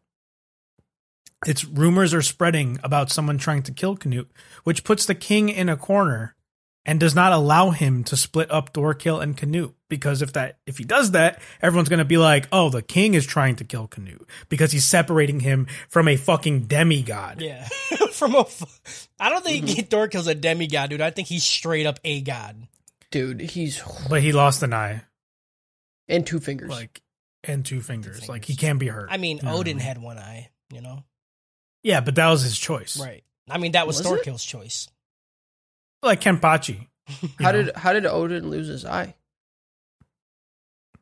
Its rumors are spreading about someone trying to kill Canute, which puts the king in a corner and does not allow him to split up Thorkill and Canute because if that if he does that, everyone's going to be like, "Oh, the king is trying to kill Canute because he's separating him from a fucking demigod." Yeah, from a. F- I don't think Thorkill's a demigod, dude. I think he's straight up a god. Dude, he's But he lost an eye, and two fingers. like and two fingers. Like he can be hurt. I mean, You know what Odin mean? had one eye, you know. Yeah, but that was his choice. Right. I mean, that was, Was it? Thorkill's choice. Like Kenpachi. you how know? did how did Odin lose his eye?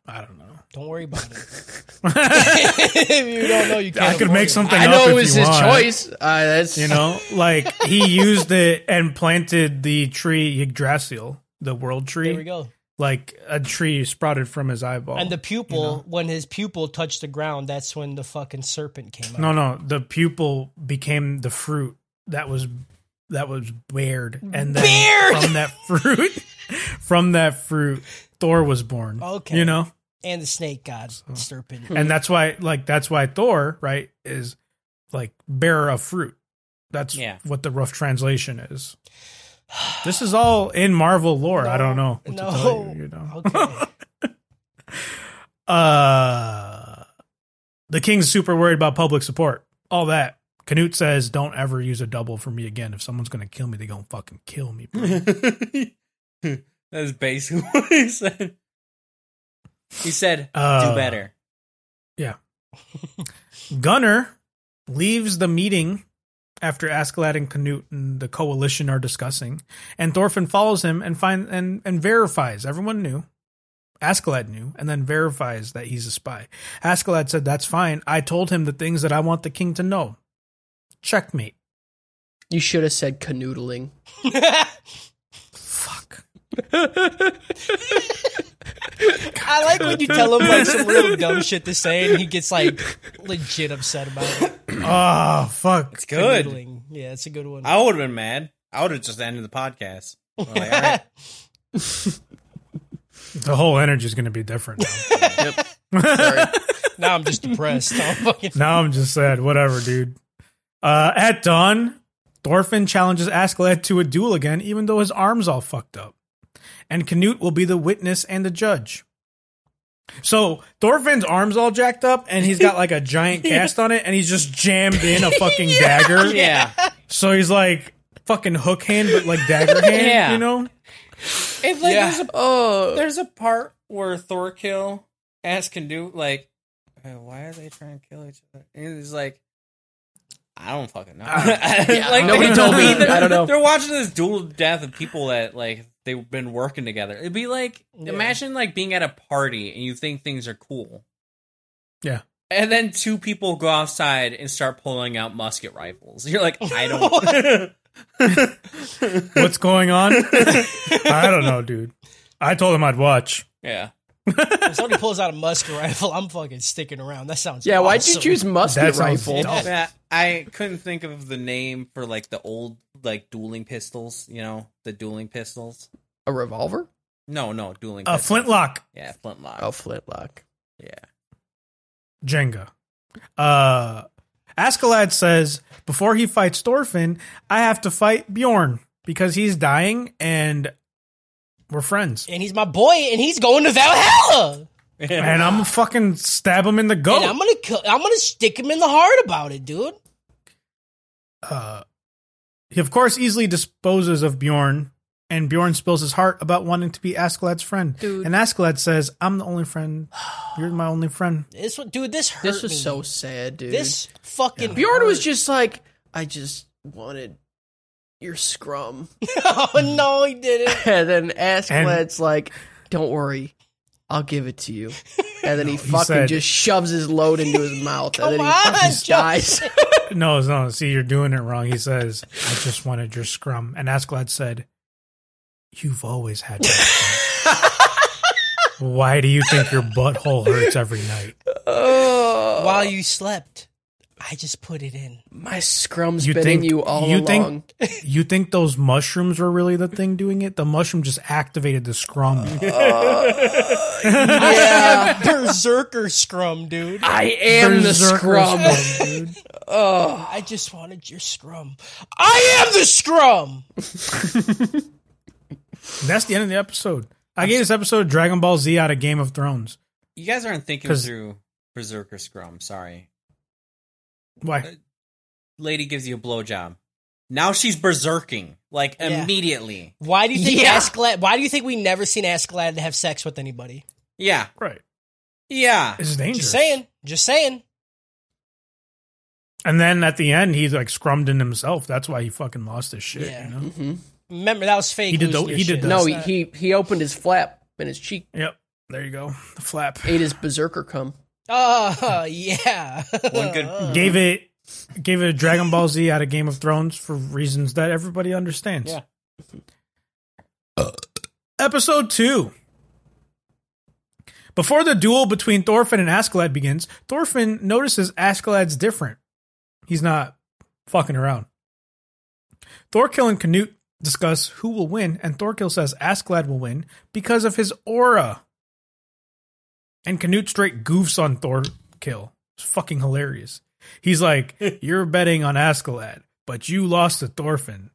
I don't know. Don't worry about it. I if you don't know, you can't. could avoid make it. something I up know if it was you his want. choice. Uh, that's You know, like he used it and planted the tree Yggdrasil, the world tree. There we go. Like a tree sprouted from his eyeball. And the pupil, when his pupil touched the ground, that's when the fucking serpent came out. no, no, the pupil became the fruit that was that was bared, and then Bared! from that fruit, From that fruit, Thor was born. Okay. You know? and the snake god Sturpin. And that's why, like, that's why Thor, right, is like bearer of fruit. That's Yeah. what the rough translation is. This is all in Marvel lore. I don't know. what to tell No. you, you know? Okay. Uh, the king's super worried about public support. All that. Canute says, "Don't ever use a double for me again. If someone's gonna kill me, they gonna fucking kill me." bro." That's basically what he said. He said, Uh, "Do better." Gunnar leaves the meeting after Askeladd and Canute and the coalition are discussing, and Thorfinn follows him and find and and verifies everyone knew. Askeladd knew, and then verifies that he's a spy. Askeladd said, "That's fine. I told him the things that I want the king to know." Checkmate. You should have said canoodling. Fuck. I like when you tell him like some real dumb shit to say, and he gets like legit upset about it. Oh fuck. It's good. Canoodling. Yeah, it's a good one. I would have been mad. I would have just ended the podcast. I'm like, all right. The whole energy is going to be different. Now. now I'm just depressed. I'm fucking- Now I'm just sad. Whatever, dude. Uh, at dawn, Thorfinn challenges Askeladd to a duel again, even though his arm's all fucked up. And Canute will be the witness and the judge. So Thorfinn's arm's all jacked up, and he's got like a giant cast on it, and he's just jammed in a fucking dagger. yeah. So he's like fucking hook hand, but like dagger hand. Yeah. You know? If like Yeah. there's a Oh, there's a part where Thorkill asks can do like, "Hey, why are they trying to kill each other? And he's like, I don't fucking know. Yeah, like nobody they- told me. they're- I don't know. They're watching this duel to death of people that like they've been working together. It'd be like Yeah. imagine like being at a party and you think things are cool. Yeah. And then two people go outside and start pulling out musket rifles. You're like, I don't. What's going on? I don't know, dude. I told him I'd watch. yeah. If somebody pulls out a musket rifle, I'm fucking sticking around. That sounds yeah. Why'd you awesome. choose musket That sounds rifle? dumb. Yeah, I couldn't think of the name for like the old like dueling pistols. You know, the dueling pistols. A revolver? No, no, dueling. A pistols. Uh, flintlock. Yeah, flintlock. Oh, flintlock. Yeah. Jenga. Uh, Askeladd says before he fights Thorfinn, I have to fight Bjorn because he's dying and we're friends. And he's my boy, and he's going to Valhalla. And I'm gonna fucking stab him in the And I'm goat. gonna, cu- I'm gonna stick him in the heart about it, dude. Uh, he of course easily disposes of Bjorn, and Bjorn spills his heart about wanting to be Askeladd's friend. Dude. And Askeladd says, "I'm the only friend. You're my only friend." This, one- dude, this hurt. This was me. so sad, dude. This fucking Bjorn was hurt. just like, I just wanted your scrum, oh no, he didn't. and then Askeladd's And- like, "Don't worry, I'll give it to you." And then he he fucking said- just shoves his load into his mouth, and then he Come on, fucking dies. No, no. See, you're doing it wrong. He says, "I just wanted your scrum," and Askeladd said, "You've always had." My scrum. Why do you think your butthole hurts every night? oh, While you slept, I just put it in. my scrum's You been think- in you all you think- along. You think those mushrooms were really the thing doing it? The mushroom just activated the scrum. yeah, Berserker scrum, dude. I am the Berserker scrum. dude. Oh, I just wanted your scrum. I am the scrum. That's the end of the episode. I gave this episode Dragon Ball Z out of Game of Thrones. you guys aren't thinking 'Cause- through Berserker Scrum. Sorry, Why? lady gives you a blowjob. Now she's berserking like Yeah. immediately. Why do you think Yeah. Askeladd? Why do you think we never seen Askeladd to have sex with anybody? Yeah, Right. yeah. It's dangerous. Just saying. Just saying. And then at the end, he like scrummed in himself. That's why he fucking lost his shit. Yeah. You know? Remember that was fake. He did the- losing your he did shit. the- no, That's he, not- he he opened his flap and his cheek Yep. There you go. The flap. ate his berserker cum. Oh yeah. Oh, One good. gave it gave it a Dragon Ball Z out of Game of Thrones for reasons that everybody understands. Yeah. Episode two. Before the duel between Thorfinn and Askeladd begins, Thorfinn notices Askeladd's different. He's not fucking around. Thorkill and Canute discuss who will win, and Thorkill says Askeladd will win because of his aura. And Canute straight goofs on Thorkill. It's fucking hilarious. He's like, You're betting on Askeladd, but you lost to Thorfinn.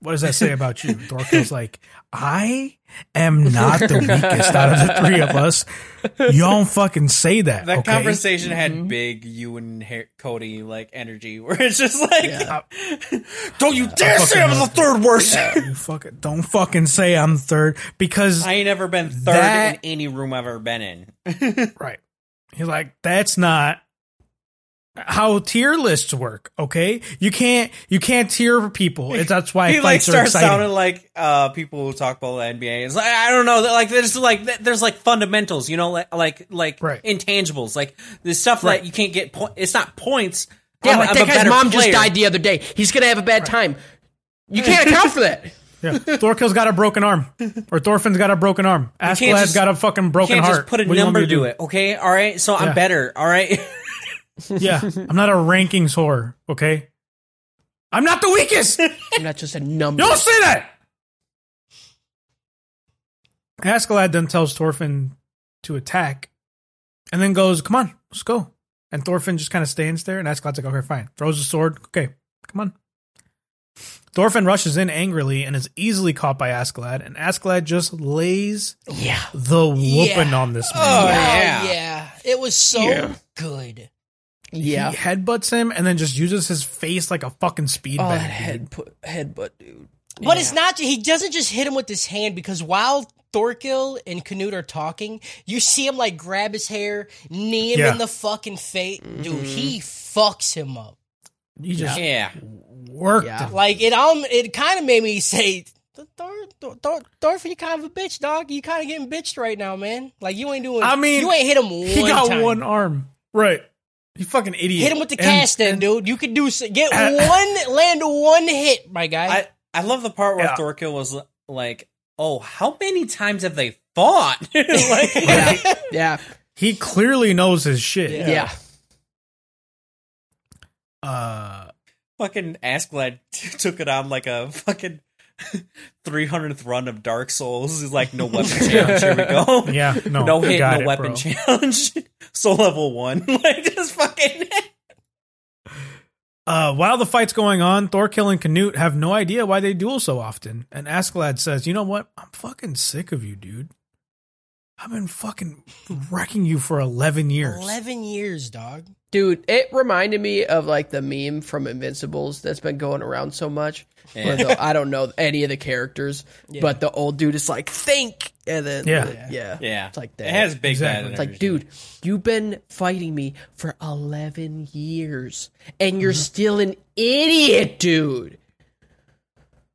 What does that say about you? Thorkill's like, I am not the weakest out of the three of us. You don't fucking say that. That okay? conversation had big you and Har- Cody like energy, where it's just like, Uh, don't you dare say I'm the third worst. You fucking don't fucking say I'm third because I ain't ever been third That- in any room I've ever been in. Right. He's like, that's not how tier lists work. Okay, you can't you can't tier people. It's, that's why he like fights are starts exciting. sounding like uh, people who talk about the NBA. It's like I don't know, like there's like th- there's like fundamentals, you know, like like like Right. intangibles, like the stuff Right. that you can't get. Po- it's not points. Yeah, I'm- like I'm a that guy's better mom just player. died the other day. He's gonna have a bad time. You can't account for that. yeah. Thorkill's got a broken arm, or Thorfinn's got a broken arm. Askeladd's just- got a fucking broken Can't heart. just put a What do you want number me to it, okay? All right, so Yeah. I'm better. All right, do? Yeah, I'm not a rankings whore. Okay, I'm not the weakest. You I'm not just a number. don't say that. Askeladd then tells Thorfinn to attack, and then goes, "Come on, let's go." And Thorfinn just kind of stands there, and Askeladd's like, "Okay, fine." Throws his sword. Okay, come on. Thorfinn rushes in angrily and is easily caught by Askeladd, and Askeladd just lays Yeah. the whooping Yeah. on this Oh, man. yeah. yeah. It was so good. Oh, Yeah. He headbutts him and then just uses his face like a fucking speed Oh, that bag. dude. head put, headbutt, dude. But it's not, he doesn't just hit him with his hand because while Thorkill and Canute are talking, you see him like grab his hair, knee him Yeah. in the fucking face. Mm-hmm. Dude, he fucks him up. He just yeah. worked Yeah. him. Like it um it kind of made me say Thor Thor Thor Thorfinn, you kind of a bitch, dog. You kind of getting bitched right now, man. Like you ain't doing. I mean, you ain't hit him. One He got time. one arm. Right. You fucking idiot. Hit him with the And- cast, then, dude. You could do s- get Uh, one land one hit, my guy. I I love the part where Yeah. Thorkill was l- like, "Oh, how many times have they fought?" like, Yeah. He clearly knows his shit. Yeah. Yeah. Uh, fucking Askeladd t- took it on like a fucking 300th run of Dark Souls. He's like, no weapon challenge. Here we go. yeah. No. no hit, got no it, weapon bro. challenge. Soul level one. like, just fucking. Uh, while the fight's going on, Thorkill and Canute have no idea why they duel so often. And Askeladd says, You know what? I'm fucking sick of you, dude. I've been fucking wrecking you for 11 years. Eleven years, dog. Dude, it reminded me of like the meme from Invincibles that's been going around so much. Where the, I don't know any of the characters, but the old dude is like, think. And then, Yeah. yeah. Yeah. Yeah. It's like that. It has big Exactly. bad It's It's like, dude, you've been fighting me for 11 years and Mm-hmm. you're still an idiot, dude.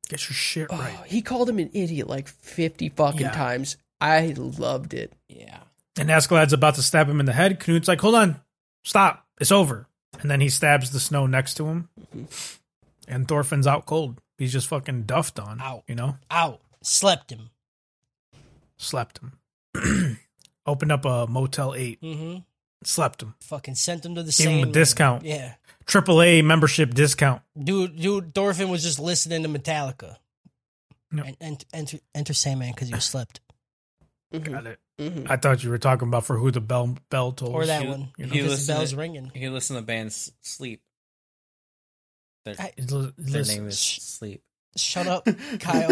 Get your shit right. He called him an idiot like 50 fucking Yeah. times. I loved it. Yeah. And Askeladd's about to stab him in the head. Canute's like, Hold on. Stop. It's over. And then he stabs the snow next to him. And Thorfinn's out cold. He's just fucking duffed on. Out. You know? Out. Slept him. Slept him. Opened up a Motel 8. Mm-hmm. Slept him. Fucking sent him to the Gave him same a discount. Yeah. Triple A membership discount. Dude, dude, Thorfinn was just listening to Metallica. No. And, and enter, enter Sandman because you slept. Got it. I thought you were talking about for who the bell bell tolls. Or that one. you know. He Because the listened bell's to- ringing. He listened to the band S- Sleep. Their, I- It's li- their listen- name is sh- Sleep. Shut up, Kyle.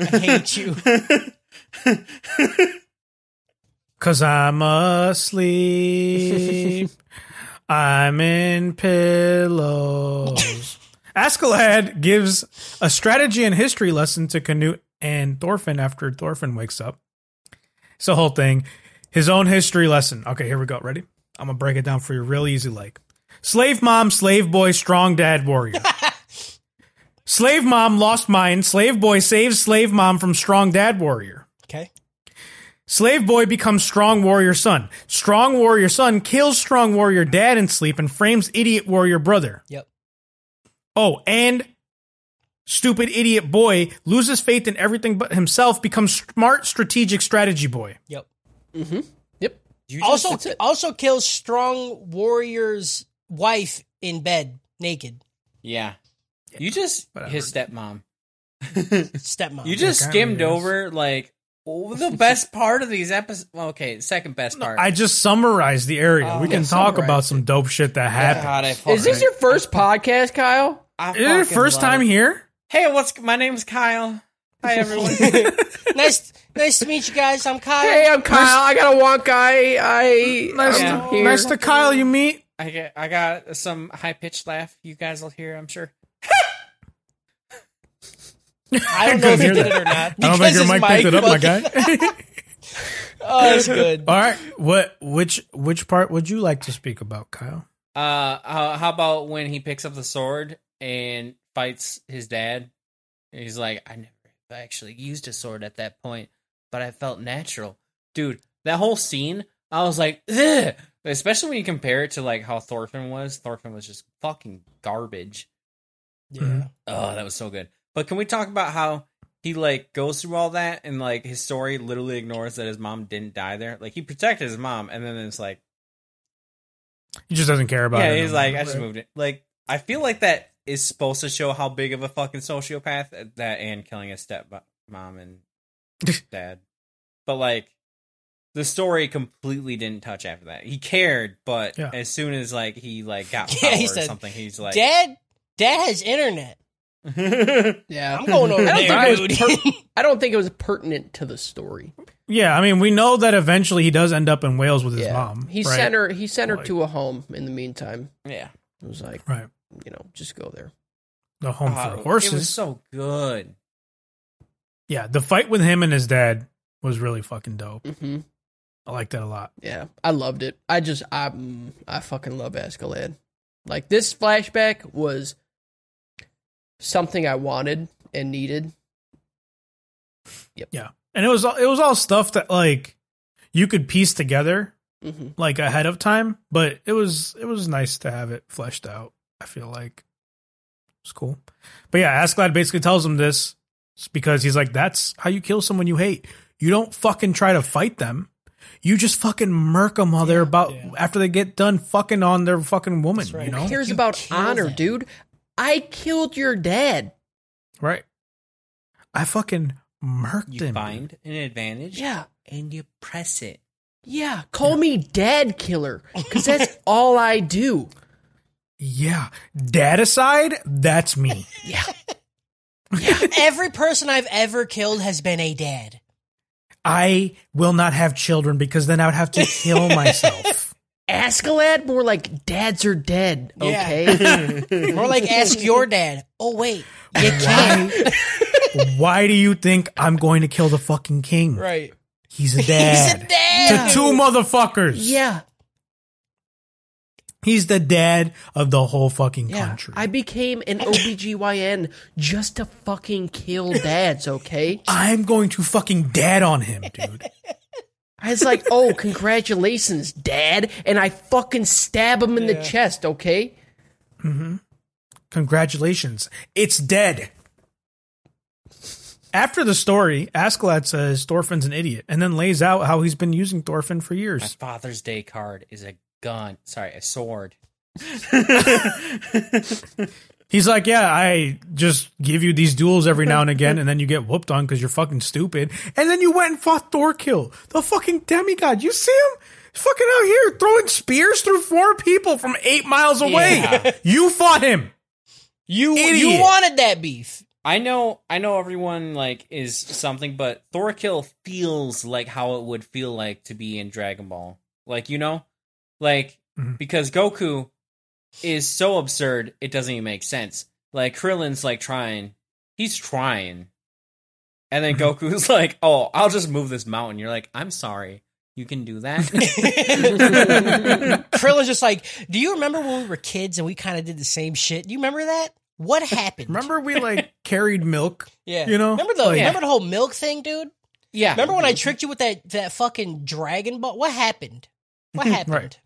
I hate you. Cause I'm asleep. I'm in pillows. Askeladd gives a strategy and history lesson to Canute and Thorfinn after Thorfinn wakes up. It's the whole thing. His own history lesson. Okay, here we go. Ready? I'm gonna break it down for you real easy like. Slave mom, slave boy, strong dad warrior. slave mom lost mine. Slave boy saves slave mom from strong dad warrior. Okay. Slave boy becomes strong warrior son. Strong warrior son kills strong warrior dad in sleep and frames idiot warrior brother. Yep. Oh, and stupid idiot boy loses faith in everything but himself, becomes smart strategic strategy boy. Yep. Yep. You just- Also, that's it. also kills strong warrior's wife in bed naked. yeah. You just Whatever. Oh, his stepmom. Stepmom. You just Like, I skimmed don't know. over like oh, the best part of these episodes. Okay, second best part. I just summarized the area. Oh, we can yeah, talk summarize about some dope shit that happened. God, I Is this fucking- your first podcast, Kyle? I Is it your fucking first love time it. here? Hey, what's my name's Kyle. Hi everyone. nice, nice to meet you guys. I'm Kyle. Hey, I'm Kyle. I got a wonk eye. I Nice, Yeah. I'm to, here. nice to Kyle you meet. I get, I got some high pitched laugh. You guys will hear, I'm sure. I don't know if you couldn't hear did it or not. I don't think because your his mic picked it up, my fucking- guy. Oh, it's good. All right, what which which part would you like to speak about, Kyle? Uh, how, how about when he picks up the sword and fights his dad? And he's like, I never actually used a sword at that point, but I felt natural, dude. That whole scene, I was like, Ugh! especially when you compare it to like how Thorfinn was. Thorfinn was just fucking garbage. Mm-hmm. Yeah. Oh, that was so good. But can we talk about how he like goes through all that and like his story literally ignores that his mom didn't die there? Like he protected his mom and then it's like He just doesn't care about Yeah, it. he's no like, more. I just moved it. Like I feel like that is supposed to show how big of a fucking sociopath that- that and killing his step mom and dad. But like the story completely didn't touch after that. He cared, but Yeah. as soon as like he like got Yeah, power he or said, something, he's like Dad, Dad has internet. Yeah. I'm going over I don't think there, dude. it was per- I don't think it was pertinent to the story. Yeah, I mean, we know that eventually he does end up in Wales with his mom. He right? sent her. He sent her Like- to a home. In the meantime, Yeah. it was like right you know, just go there. the home Oh, for horses. It was so good. yeah, the fight with him and his dad was really fucking dope. hmm I liked that a lot. Yeah, I loved it. I just I mm, I fucking love Escalade. Like this flashback was something I wanted and needed. Yeah, and it was all- it was all stuff that like you could piece together hmm like ahead of time, but it was it was nice to have it fleshed out. I feel like it's cool. But yeah, Asklad basically tells him this because he's like, "That's how you kill someone you hate. You don't fucking try to fight them. You just fucking murk them while they're about yeah. after they get done fucking on their fucking woman. That's right. You know, Here's Oh, You about killed honor, him. dude. I killed your dad. right? I fucking murked You him. find an advantage Yeah, and you press it. yeah. Call me dad killer because that's all I do. Yeah, dad aside, that's me. Yeah. Every person I've ever killed has been a dad. I will not have children because then I would have to kill myself. Ascalad, more like dads are dead. Yeah. Okay. More like ask your dad. Oh wait, you can't. Why? Why do you think I'm going to kill the fucking king? Right. He's a He's dad. a dad. To two motherfuckers. yeah. He's the dad of the whole fucking Yeah. country. I became an OBGYN just to fucking kill dads, okay? I'm going to fucking dad on him, dude. I was like, oh, congratulations, dad. And I fucking stab him in the chest, okay? Congratulations. It's dead. After the story, Askeladd says Thorfinn's an idiot and then lays out how he's been using Thorfinn for My years. Father's Day card is a gun. Sorry, a sword. He's like, yeah, I just give you these duels every now and again, and then you get whooped on because you're fucking stupid. And then you went and fought Thorkill, the fucking demigod. You see him? He's Fucking out here throwing spears through four people from eight miles away. Yeah. You fought him. You Idiot. you wanted that beef. I know, I know. Everyone like is something, but Thorkill feels like how it would feel like to be in Dragon Ball. Like you know, like Mhm. because Goku is so absurd, it doesn't even make sense. Like Krillin's like trying, he's trying, and then Goku's like, "Oh, I'll just move this mountain." You're like, "I'm sorry, you can do Oh, that." Krillin's just like, do you remember when we were kids and we kind of did the same shit? Do you remember that? What happened? Remember, we like carried milk. Yeah. you know, Remember the like- remember the whole milk thing, dude? yeah, Remember when I tricked you with that that fucking dragon ball? What happened? What happened? Right.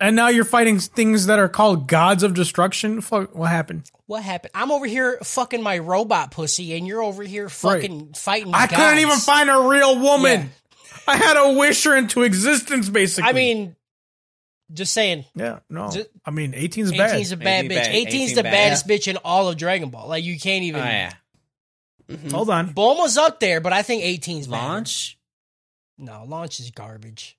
And now you're fighting things that are called gods of destruction. Fuck, what happened? What happened? I'm over here fucking my robot pussy, and you're over here fucking fighting. I couldn't guys. even find a real woman. I had to wish her into existence, basically. I mean, just saying, yeah, no. Ju- I mean, 18's bad. 18's a bad 18 bitch. bad. 18's 18 the bad. baddest bitch in all of Dragon Ball. Like you can't Oh, even. yeah. Mm-hmm. Mm-hmm. Hold on. Bulma's up there, but I think 18's better. Launch? No, launch is garbage.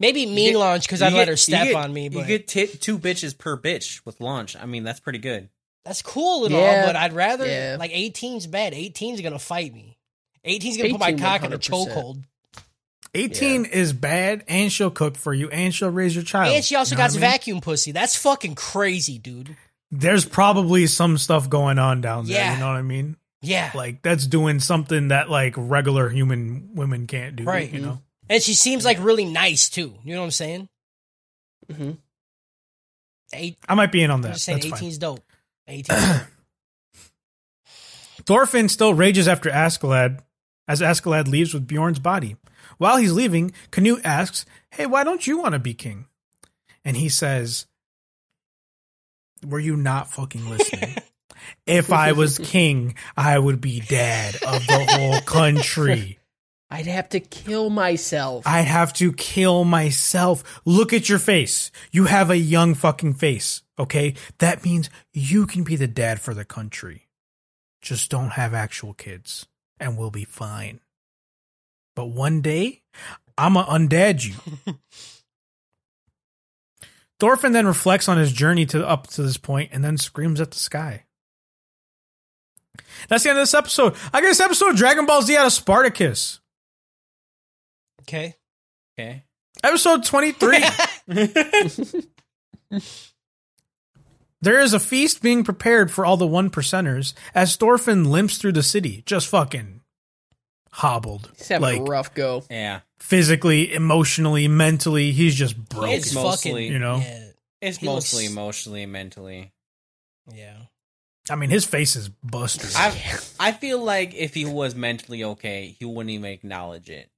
Maybe mean get- launch because I You let get- her step you get- on me, You but get ti- two bitches per bitch with launch. I mean, that's pretty good. that's cool and Yeah. all. But I'd rather Yeah. like 18's bad. 18's gonna fight me. 18's gonna put my 18 cock in a 100%. chokehold, 18 is bad, and she'll cook for you, and she'll raise your child. and she also You know got what I mean? vacuum pussy. That's fucking crazy, dude. There's probably some stuff going on down there. Yeah. You know what I mean? Yeah, Like that's doing something that like regular human women can't do. Right. Mm-hmm. You know. and she seems like really nice too. You know what I'm saying? Mm-hmm. Eight, I might be in on I'm that. just saying, That's fine. 18's dope. 18's Thorfinn still rages after Askeladd as Askeladd leaves with Bjorn's body. While he's leaving, Canute asks, "Hey, why don't you want to be king?" And he says, "Were you not fucking listening?" If I was king, I would be dad of the whole country. I'd have to kill myself. I'd have to kill myself. Look at your face. You have a young fucking face. Okay. That means you can be the dad for the country. Just don't have actual kids and we'll be fine. But one day, I'm going to undad you. Thorfinn then reflects on his journey to up to this point and then screams at the sky. That's the end of this episode. I got this episode of Dragon Ball Z out of Spartacus. okay. Okay. Episode 23. There is a feast being prepared for all the one percenters as Thorfinn limps through the city, just fucking hobbled. He's having Like a rough go. Yeah. physically, emotionally, mentally, he's just broken. It's Mostly, fucking, you know? Yeah, It's He looks- mostly emotionally and mentally. yeah. I mean, his face is busted. I I feel like if he was mentally okay, he wouldn't even acknowledge it.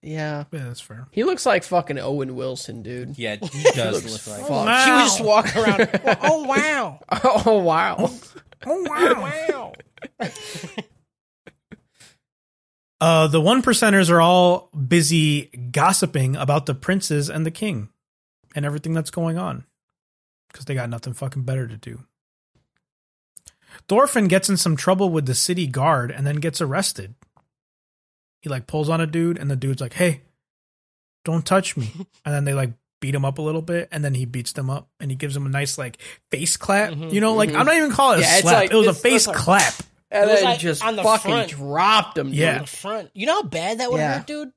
Yeah. yeah, that's fair. He looks like fucking Owen Wilson, dude. Yeah, he He does looks look like fucked. Wow. She was just walking around. oh wow! Oh wow. Oh wow! uh, the one percenters are all busy gossiping about the princes and the king and everything that's going on because they got nothing fucking better to do. Thorfinn gets in some trouble with the city guard and then gets arrested. He like pulls on a dude and the dude's like, "Hey, don't touch me!" and then they like beat him up a little bit and then he beats them up and he gives him a nice like face clap. Mhm, you know, like I'm not even calling it a Mm-hmm, Yeah, it's slap. like- it was a it's- face it's like- clap. And It was then like just on the fucking front. dropped him, dude. Yeah. The front. You know how bad that would Yeah. hurt, dude.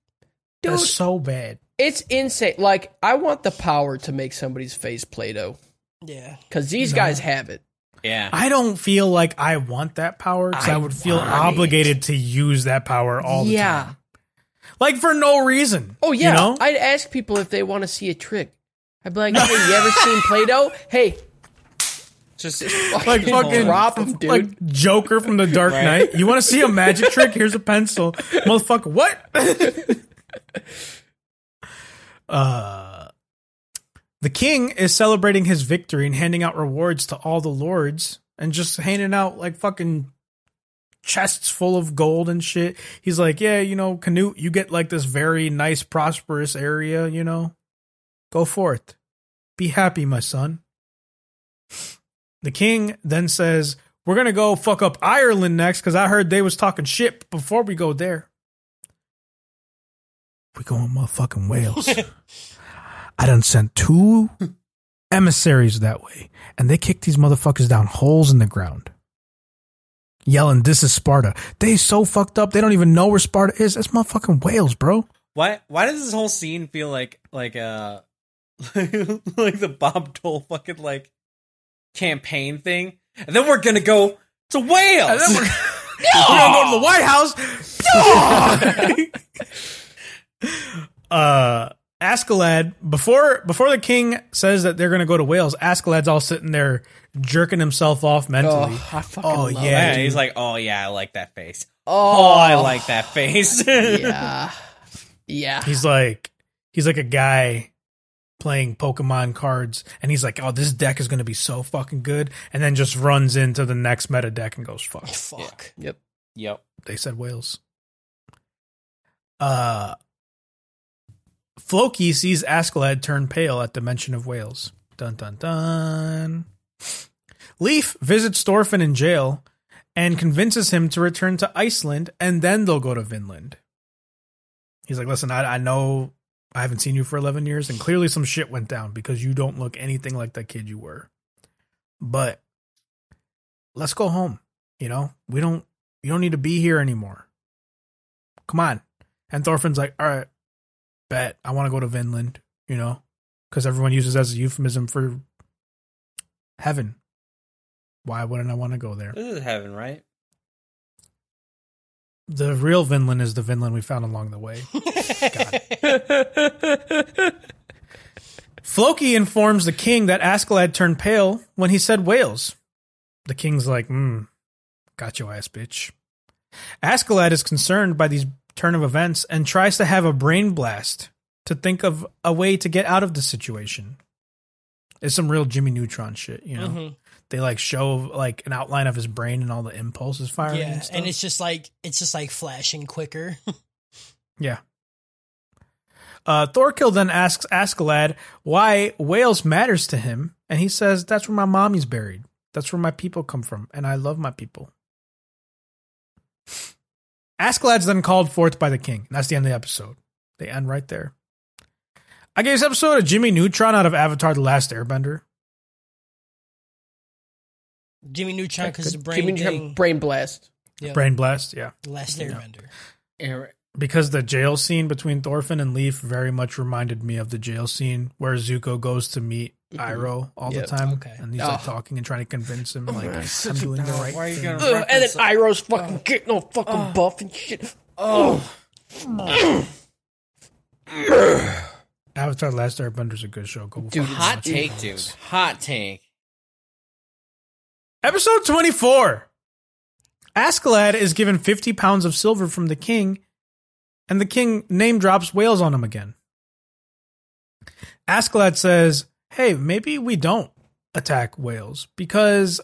Dude, That's so bad. it's insane. Like, I want the power to make somebody's face play doh. Yeah. Because these guys have it. yeah. I don't feel like I want that power because I, I would feel want it. obligated to use that power all the Yeah. time. Like for no reason. Oh yeah, You know? I'd ask people if they want to see a trick. I'd be like, "Hey, you ever seen Play-Doh? Hey, Just like fucking drop 'em, dude. Like Joker from the Dark Right. Knight. You want to see a magic trick? Here's a pencil, motherfucker. What? uh, the king is celebrating his victory and handing out rewards to all the lords, and just handing out like fucking chests full of gold and shit. He's like, yeah, you know, Canute, you get like this very nice, prosperous area. You know, go forth, be happy, my son. The king then says, "We're gonna go fuck up Ireland next because I heard they was talking shit. but Before we go there, we going motherfucking Wales. I done sent two emissaries that way, and they kicked these motherfuckers down holes in the ground." Yelling, this is Sparta. They so fucked up. They don't even know where Sparta is. That's motherfucking Wales, bro. Why why does this whole scene feel like like uh like the Bob Dole fucking like campaign thing? And then we're gonna go to Wales. And then we're, we're gonna go to the White House. uh, Askeladd before before the king says that they're gonna go to Wales. Askeladd's all sitting there jerking himself off mentally. oh, I fucking Oh, love yeah. it. and he's like, "Oh yeah, I like that face. Oh, Oh, I like that face." yeah, yeah. He's like he's like a guy playing Pokemon cards, and he's like, "Oh, this deck is gonna be so fucking good," and then just runs into the next meta deck and goes, "Fuck." Fuck. Yep. yep. they said Wales. Uh, Floki sees Askeladd turn pale at the mention of Wales. Dun dun dun. Leaf visits Thorfinn in jail and convinces him to return to Iceland and then they'll go to Vinland. He's like, listen, I, I know I haven't seen you for 11 years and clearly some shit went down because you don't look anything like that kid you were. But let's go home. You know, we don't, you don't need to be here anymore. Come on. And Thorfinn's like, all right, bet I want to go to Vinland, you know, because everyone uses it as a euphemism for heaven. Why wouldn't I want to go there? This is heaven, right? The real Vinland is the Vinland we found along the way. God. Floki informs the king that Askeladd turned pale when he said Wales. The king's like, hmm, got your ass, bitch. Askeladd is concerned by these turn of events and tries to have a brain blast to think of a way to get out of the situation. It's some real Jimmy Neutron shit, you know. Mhm. They like show like an outline of his brain and all the impulses firing. Yeah, and, stuff. and it's just like it's just like flashing quicker. Yeah. Uh, Thorkill then asks Askeladd why Wales matters to him, and he says, "That's where my mommy's buried. That's where my people come from, and I love my people." Askeladd's then called forth by the king. And that's the end of the episode. They end right there. I gave this episode a Jimmy Neutron out of Avatar: The Last Airbender. Jimmy Neutron because the brain Give me your thing, brain blast. Yeah. Brain blast, yeah. Last Airbender. because the jail scene between Thorfinn and Leaf very much reminded me of the jail scene where Zuko goes to meet Mm-hmm. Iroh all Yep. the time, Okay. and he's Ah. like Oh. talking and trying to convince Oh, him like I'm doing the right Why are you thing. gonna? Ugh, and then reference it? Iroh's fucking getting all fucking buff and shit. oh, Avatar: The Last Airbender's a good show. Go fucking Dude, hot watch it. take, dude. Hot take. Episode 24. Askeladd is given 50 pounds of silver from the king, and the king name drops whales on him again. Askeladd says, Hey, maybe we don't attack whales because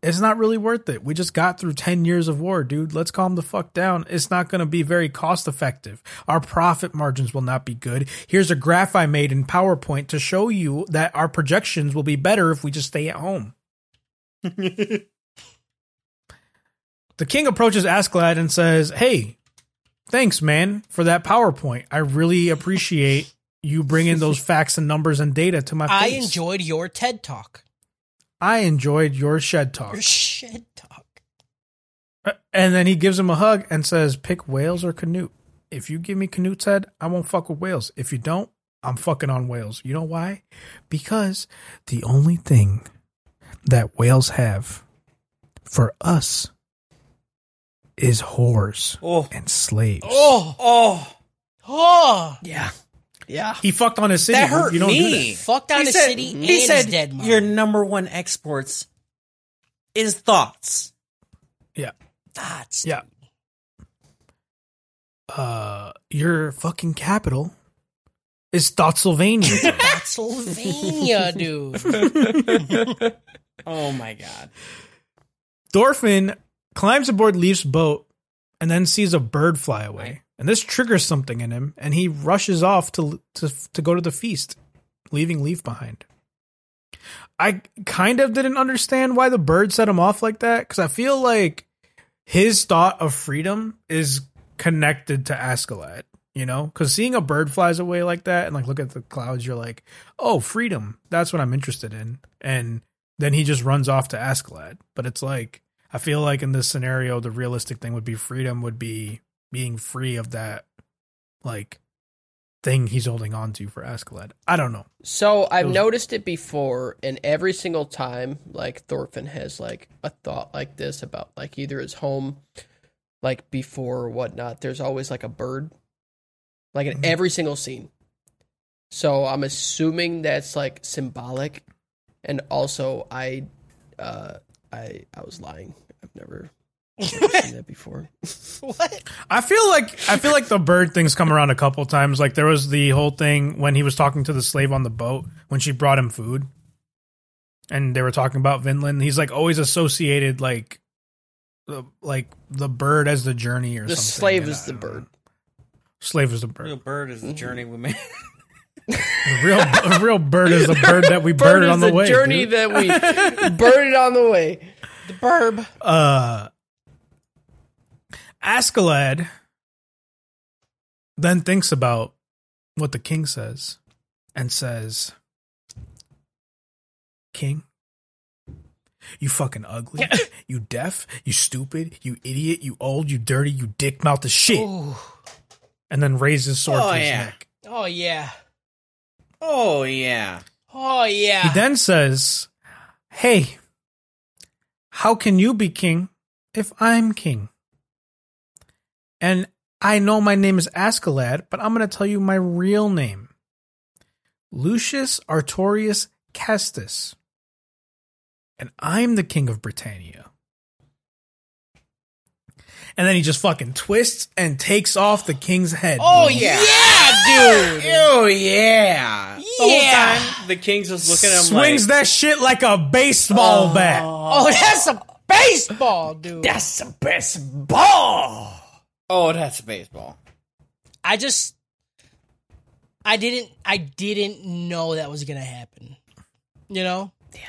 it's not really worth it. We just got through 10 years of war, dude. Let's calm the fuck down. It's not going to be very cost effective. Our profit margins will not be good. Here's a graph I made in PowerPoint to show you that our projections will be better if we just stay at home. The king approaches Askeladd and says, "Hey, thanks, man, for that PowerPoint. I really appreciate you bringing those facts and numbers and data to my I face. enjoyed your TED talk. I enjoyed your shed talk." Your shed talk. And then he gives him a hug and says, "Pick whales or Canute. If you give me Canute's head, I won't fuck with whales. If you don't, I'm fucking on whales. You know why? Because the only thing that whales have for us is whores Oh, and slaves." oh, oh. Oh, Yeah. Yeah. He fucked on his city. That hurt you don't do me. that. fucked on He the said- city and He said, his dead mom. "Your number one exports is thoughts." Yeah. thoughts. Yeah. Uh, your fucking capital is Thotsylvania. Pennsylvania, dude. Oh my god. Thorfinn climbs aboard Leaf's boat and then sees a bird fly away. And this triggers something in him, and he rushes off to to to go to the feast, leaving Leaf behind. I kind of didn't understand why the bird set him off like that because I feel like his thought of freedom is connected to Askeladd, you know? Because seeing a bird flies away like that and like look at the clouds, you're like, oh, freedom. That's what I'm interested in. And then he just runs off to Askeladd. But it's like, I feel like in this scenario, the realistic thing would be freedom would be being free of that, like, thing he's holding on to for Askeladd. I don't know. So I've Those- noticed it before, and every single time, like Thorfinn has like a thought like this about like either his home, like before or whatnot. There's always like a bird, like Mm-hmm. in every single scene. So I'm assuming that's like symbolic, and also I, uh, I I was lying. I've never seen that before. what? I feel like I feel like the bird things come around a couple times. Like there was the whole thing when he was talking to the slave on the boat when she brought him food, and they were talking about Vinland. He's like always associated like, the like the bird as the journey or The something. slave And I is the don't know. bird. Slave is the bird. Real bird is the journey we made. The real the real bird is the bird that we birded Bird is on the, way. journey dude. that we birded on the way. The burb. uh, Askeladd then thinks about what the king says and says, King, you fucking ugly, you deaf, you stupid, you idiot, you old, you dirty, you dick mouth of shit. Ooh. And then raises his sword Oh, to his yeah. neck. Oh yeah. Oh yeah. Oh He yeah. then says, Hey, how can you be king if I'm king? And I know my name is Askeladd, but I'm going to tell you my real name Lucius Artorius Castus. And I'm the king of Britannia. And then he just fucking twists and takes off the king's head. oh bro. yeah. dude. Oh yeah. Yeah. The whole time the king's just looking at him Swings like, that shit like a baseball bat. Oh, that's a baseball, dude. That's the best ball. Oh, that's baseball. I just I didn't I didn't know that was gonna happen. You know? Yeah.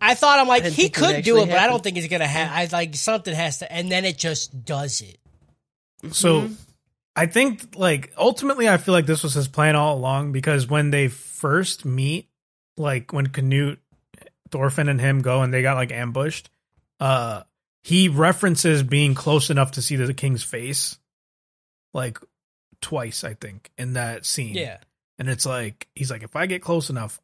I thought I'm like didn't he think it could do it, actually but I don't happened. think it's gonna happen. I like something has to, and then it just does it. So Mm-hmm. I think like ultimately I feel like this was his plan all along because when they first meet, like when Canute, Thorfinn and him go and they got like ambushed, uh he references being close enough to see the king's face like twice, I think, in that scene. Yeah. And it's like he's like, if I get close enough,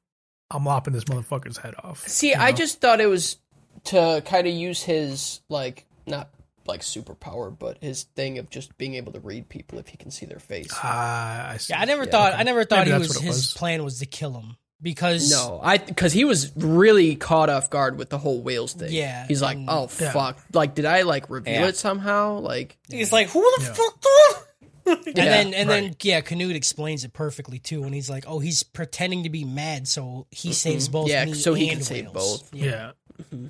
I'm lopping this motherfucker's head off. See, You I know? just thought it was to kind of use his like not like superpower, but his thing of just being able to read people if he can see their face. Ah, I see. Yeah, I never thought I never thought Maybe he that's was what it his was. plan was to kill him because No, I because he was really caught off guard with the whole whales thing. Yeah, he's like, and- oh Yeah. fuck, like did I like reveal Yeah. it somehow? Like, He's like, who the Yeah. fuck? do- and Yeah, then and then yeah, Canute explains it perfectly too when he's like, oh, he's pretending to be mad, so he saves both. Yeah, me so he and can save Wales. both. Yeah. Mm-hmm.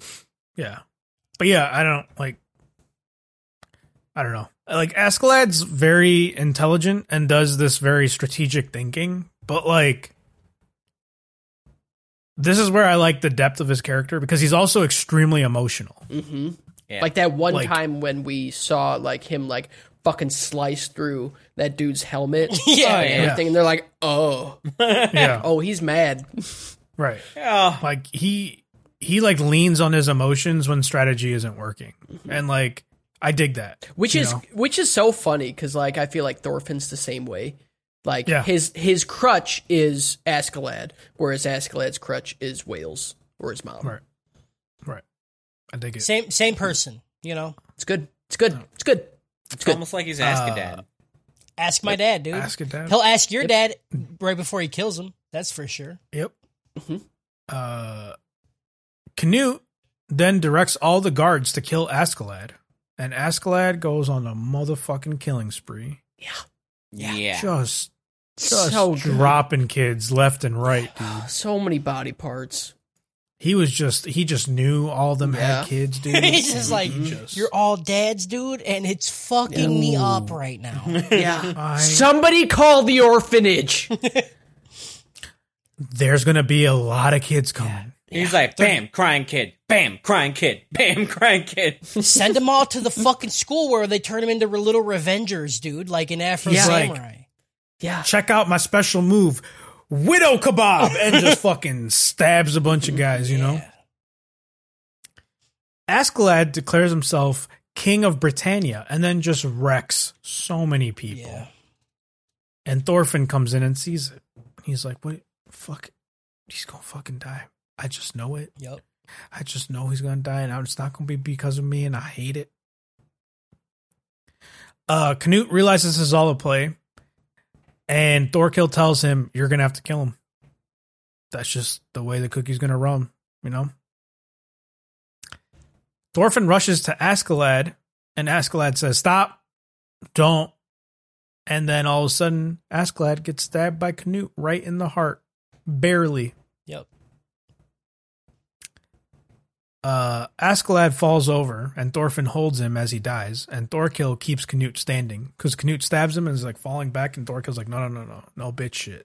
Yeah. But yeah, I don't like I don't know. Like Askeladd's very intelligent and does this very strategic thinking, but like this is where I like the depth of his character because he's also extremely emotional. hmm Yeah. like that one Like- time when we saw like him like fucking slice through that dudede's helmet. Yeah. and Yeah. everything, and they're like, oh, Yeah. oh, he's mad. Right. Oh, like he he like leans on his emotions when strategy isn't working. Mm-hmm. And like I dig that. which you is know? which is so funny because like I feel like Thorfinn's the same way. Like Yeah. his his crutch is Askeladd, whereas Askeladd's crutch is Wales or his mom. right. Right. I dig it. Same same person, you know. It's good. It's good. It's good. it's almost like he's asking dad. Ask my dad, dude. Ask it down. He'll ask your dad right before he kills him. That's for sure. Yep. Mhm. Uh, Canute then directs all the guards to kill Askeladd, and Askeladd goes on a motherfucking killing spree. Yeah. Just, just so good. Ah, dropping kids left and right, dude. So many body parts. He was just, he just knew all them Yeah. had kids, dude. He's just like, just- you're all dads, dude, and it's fucking me up right now. Yeah. I- Somebody call the orphanage. there's gonna be a lot of kids coming. He's like, bam, crying kid, bam, crying kid, bam, crying kid. Send them all to the fucking school where they turn them into little Revengers, dude, like in Afro Yeah. Like- Samurai. yeah. Check out my special move, Widow Kebab, and just fucking stabs a bunch of guys, you know? Yeah. Askeladd declares himself king of Britannia and then just wrecks so many people. Yeah. And Thorfinn comes in and sees it. He's like, "What? Fuck! He's gonna fucking die. I just know it. Yep. I just know he's gonna die, and I'm- it's not gonna be because of me. And I hate it." Uh, Canute realizes this is all a play, and Thorkill tells him, "You're gonna have to kill him. That's just the way the cookie's gonna run." You know. Thorfinn rushes to Askeladd, and Askeladd says, "Stop! Don't!" And then all of a sudden, Askeladd gets stabbed by Canute right in the heart, barely. Yep. Uh, Askeladd falls over, and Thorfinn holds him as he dies. And Thorkill keeps Canute standing because Canute stabs him and is like falling back. And Thorkill's like, "No, no, no, no, no, bitch, shit.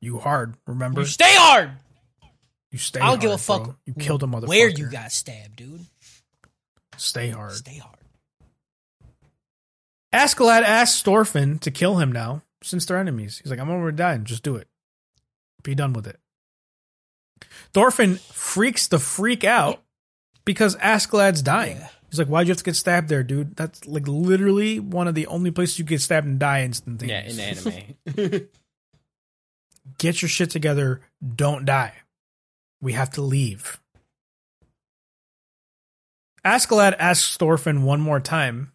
you hard, remember? You stay hard You stay. I don't give a hard, fuck bro. You killed a motherfucker. where you got stabbed, dude. Stay hard. Stay hard. Askeladd asks Thorfinn to kill him now, since they're enemies. He's like, I'm over dying. Just do it. Be done with it. Thorfinn freaks the freak out because Askeladd's dying. Yeah. He's like, Why'd you have to get stabbed there, dude? That's like literally one of the only places you get stabbed and die instantly. Yeah, in anime. get your shit together. Don't die. We have to leave. Askeladd asks Thorfinn one more time,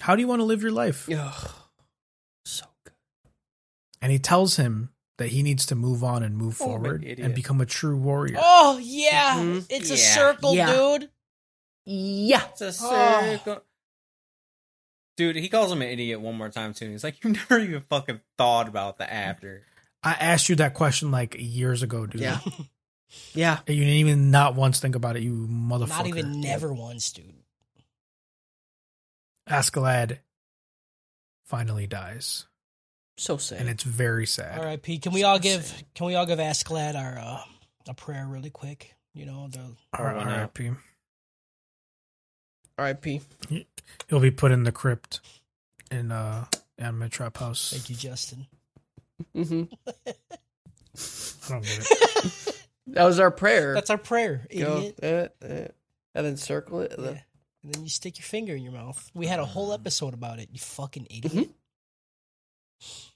How do you want to live your life? Ugh. So good. And he tells him that he needs to move on and move Oh, I'm an forward and idiot. become a true warrior. Oh yeah, Mhm. it's a Yeah. circle, Yeah. dude. Yeah. it's a Ah. Oh. circle. Dude, he calls him an idiot one more time too. He's like, "You never even fucking thought about the after." I asked you that question like years ago, dude. Yeah. Yeah. And You didn't even not once think about it, you motherfucker. Not even never once, dude. Askeladd finally dies. So And sad. it's very sad. R.I.P. Can we all give? Can we all give Askeladd our uh, a prayer really quick? You know the Or went out. R.I.P. R.I.P. He'll be put in the crypt in uh Anime Trap House. thank you, Justin. hmm I don't get it. That was our prayer. That's our prayer, Go. idiot. uh, uh, and then circle it. and Yeah. then- And then you stick your finger in your mouth. We had a whole Mm. episode about it. You fucking idiot. Mm-hmm.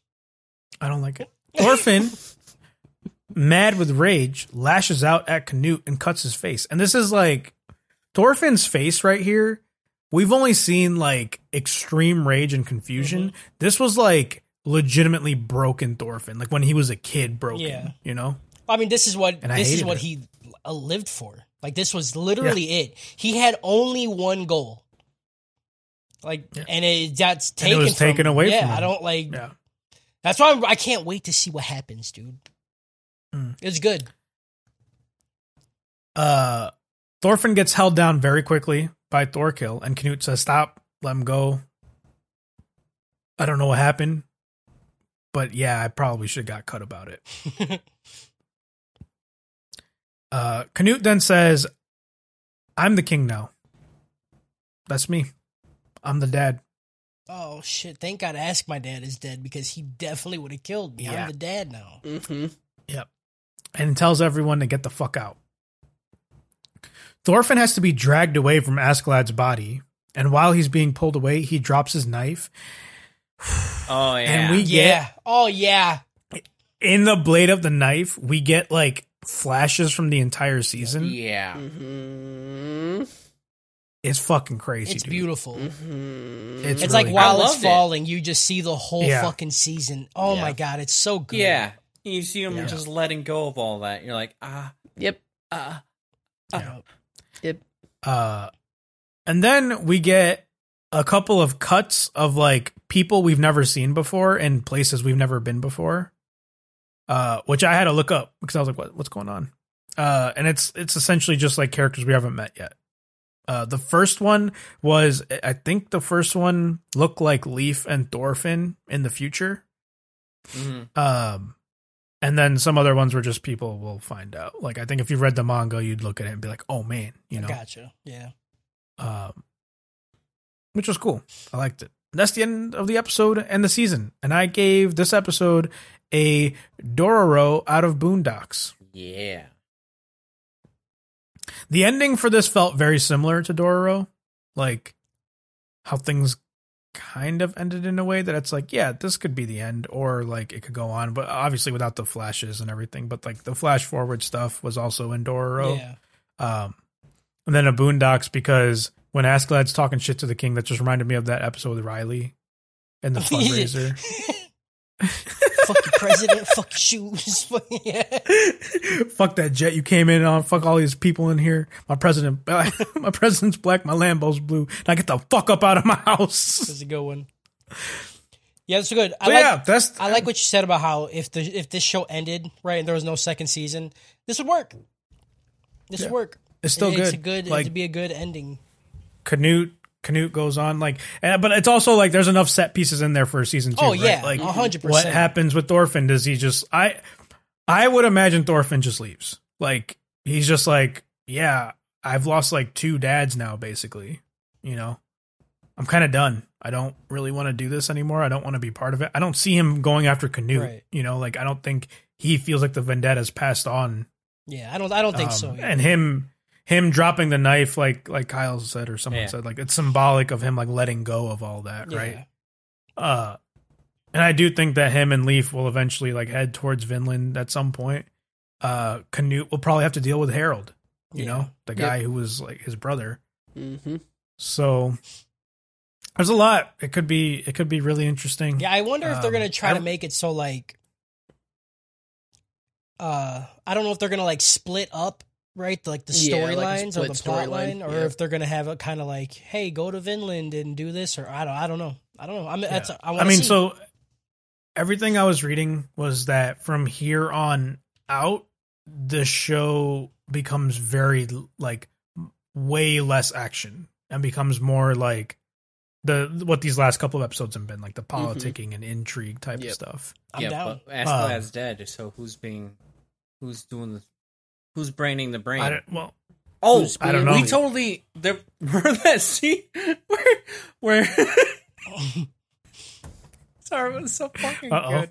I don't like it. Thorfinn, mad with rage, lashes out at Canute and cuts his face. And this is like Thorfinn's face right here. We've only seen like extreme rage and confusion. This was like legitimately broken Thorfinn, like when he was a kid, broken. Yeah. You know, I mean, this is what And I this is hated what it. he uh, lived for. Like this was literally it. He had only one goal. Like and it, that's And taken it was from taken away Yeah, from I him. don't like. Yeah. That's why I'm, I can't wait to see what happens, dude. Mm. It's good. uh, Thorfinn gets held down very quickly by Thorkill, and Canute says, "Stop, let him go." I don't know what happened, but yeah, I probably should have got cut about it. uh, Canute then says, "I'm the king now. That's me. I'm the dad." Oh shit! Thank God, ask my dad is dead because he definitely would have killed me. Yeah. I'm the dad now. Mhm. Yep. And tells everyone to get the fuck out. Thorfinn has to be dragged away from Askeladd's body, and while he's being pulled away, he drops his knife Oh yeah, And we- Yeah. Yeah. Oh yeah. in the blade of the knife, we get like flashes from the entire season. Mm-hmm. yeah. Mhm. It's fucking crazy. It's dude. beautiful. Mhm. It's, It's really like good. I while it's loved it. falling, you just see the whole Yeah. fucking season. Oh my god, it's so good. Yeah. You see him Yeah. just letting go of all that. You're like, ah, Yep. Uh, ah. Yeah. Yep. Uh, and then we get a couple of cuts of like people we've never seen before and places we've never been before. Uh, which I had to look up because I was like, what, what's going on? Uh, and it's it's essentially just like characters we haven't met yet. Uh, the first one was I think the first one looked like Leaf and Thorfinn in the future. Mhm. Um, and then some other ones were just people we'll find out. Like I think if you read the manga, you'd look at it and be like, "Oh man," you know. Gotcha. Yeah. Um, which was cool. I liked it. That's the end of the episode and the season. And I gave this episode a Dororo out of Boondocks. yeah. The ending for this felt very similar to Dororo, like how things kind of ended in a way that it's like, yeah, this could be the end, or like it could go on, but obviously without the flashes and everything. But like the flash forward stuff was also in Dororo. Yeah. Um, and then a Boondocks because when Askeladd's talking shit to the king, that just reminded me of that episode with Riley and the fundraiser. fuck your president. fuck your shoes. fuck- yeah. fuck that jet you came in on. Fuck all these people in here. My president, my president's black. My Lambo's blue. Now get the fuck up out of my house. That's a good one. Yeah, that's good. I So like, yeah, that's I like what you said about how if the if this show ended right and there was no second season, this would work. This would work. It's still It's good. a good. Like- it'd be a good ending. Canute. Canute goes on like, and, but it's also like there's enough set pieces in there for a season two. Oh, right? yeah, like 100%. What happens with Thorfinn? Does he just? I I would imagine Thorfinn just leaves. Like he's just like, yeah, I've lost like two dads now, basically. You know, I'm kind of done. I don't really want to do this anymore. I don't want to be part of it. I don't see him going after Canute. Right. You know, like I don't think he feels like the vendetta's passed on. Yeah, I don't. I don't think so. Um, yeah. And him, him dropping the knife, like like Kyle said or someone Yeah. said, like it's symbolic of him like letting go of all that, Yeah. right? Uh, and I do think that him and Leaf will eventually like head towards Vinland at some point. Uh, Canute will probably have to deal with Harold. You Yeah. know, the guy who was like his brother. Mm-hmm. So there's a lot. It could be it could be really interesting. Yeah, I wonder if they're Um, gonna try I to don't- make it so like, uh, I don't know if they're gonna like split up right like the Yeah, like a storylines or split the plot storyline, line, or yeah. if they're gonna have it kind of like, hey, go to Vinland and do this, or I don't, I don't know, I don't know. I mean, that's Yeah. I, I, wanna mean, see. so everything I was reading was that from here on out, the show becomes very like way less action and becomes more like the what these last couple of episodes have been like the Mm-hmm. politicking and intrigue type Yep. of stuff. I'm down. but Askeladd's Um, dead, so who's being, who's doing the, who's braining the brain? I don't, well, oh, who's I don't know. we totally there. Remember that scene where where. Sorry, it was so fucking Uh-oh. good.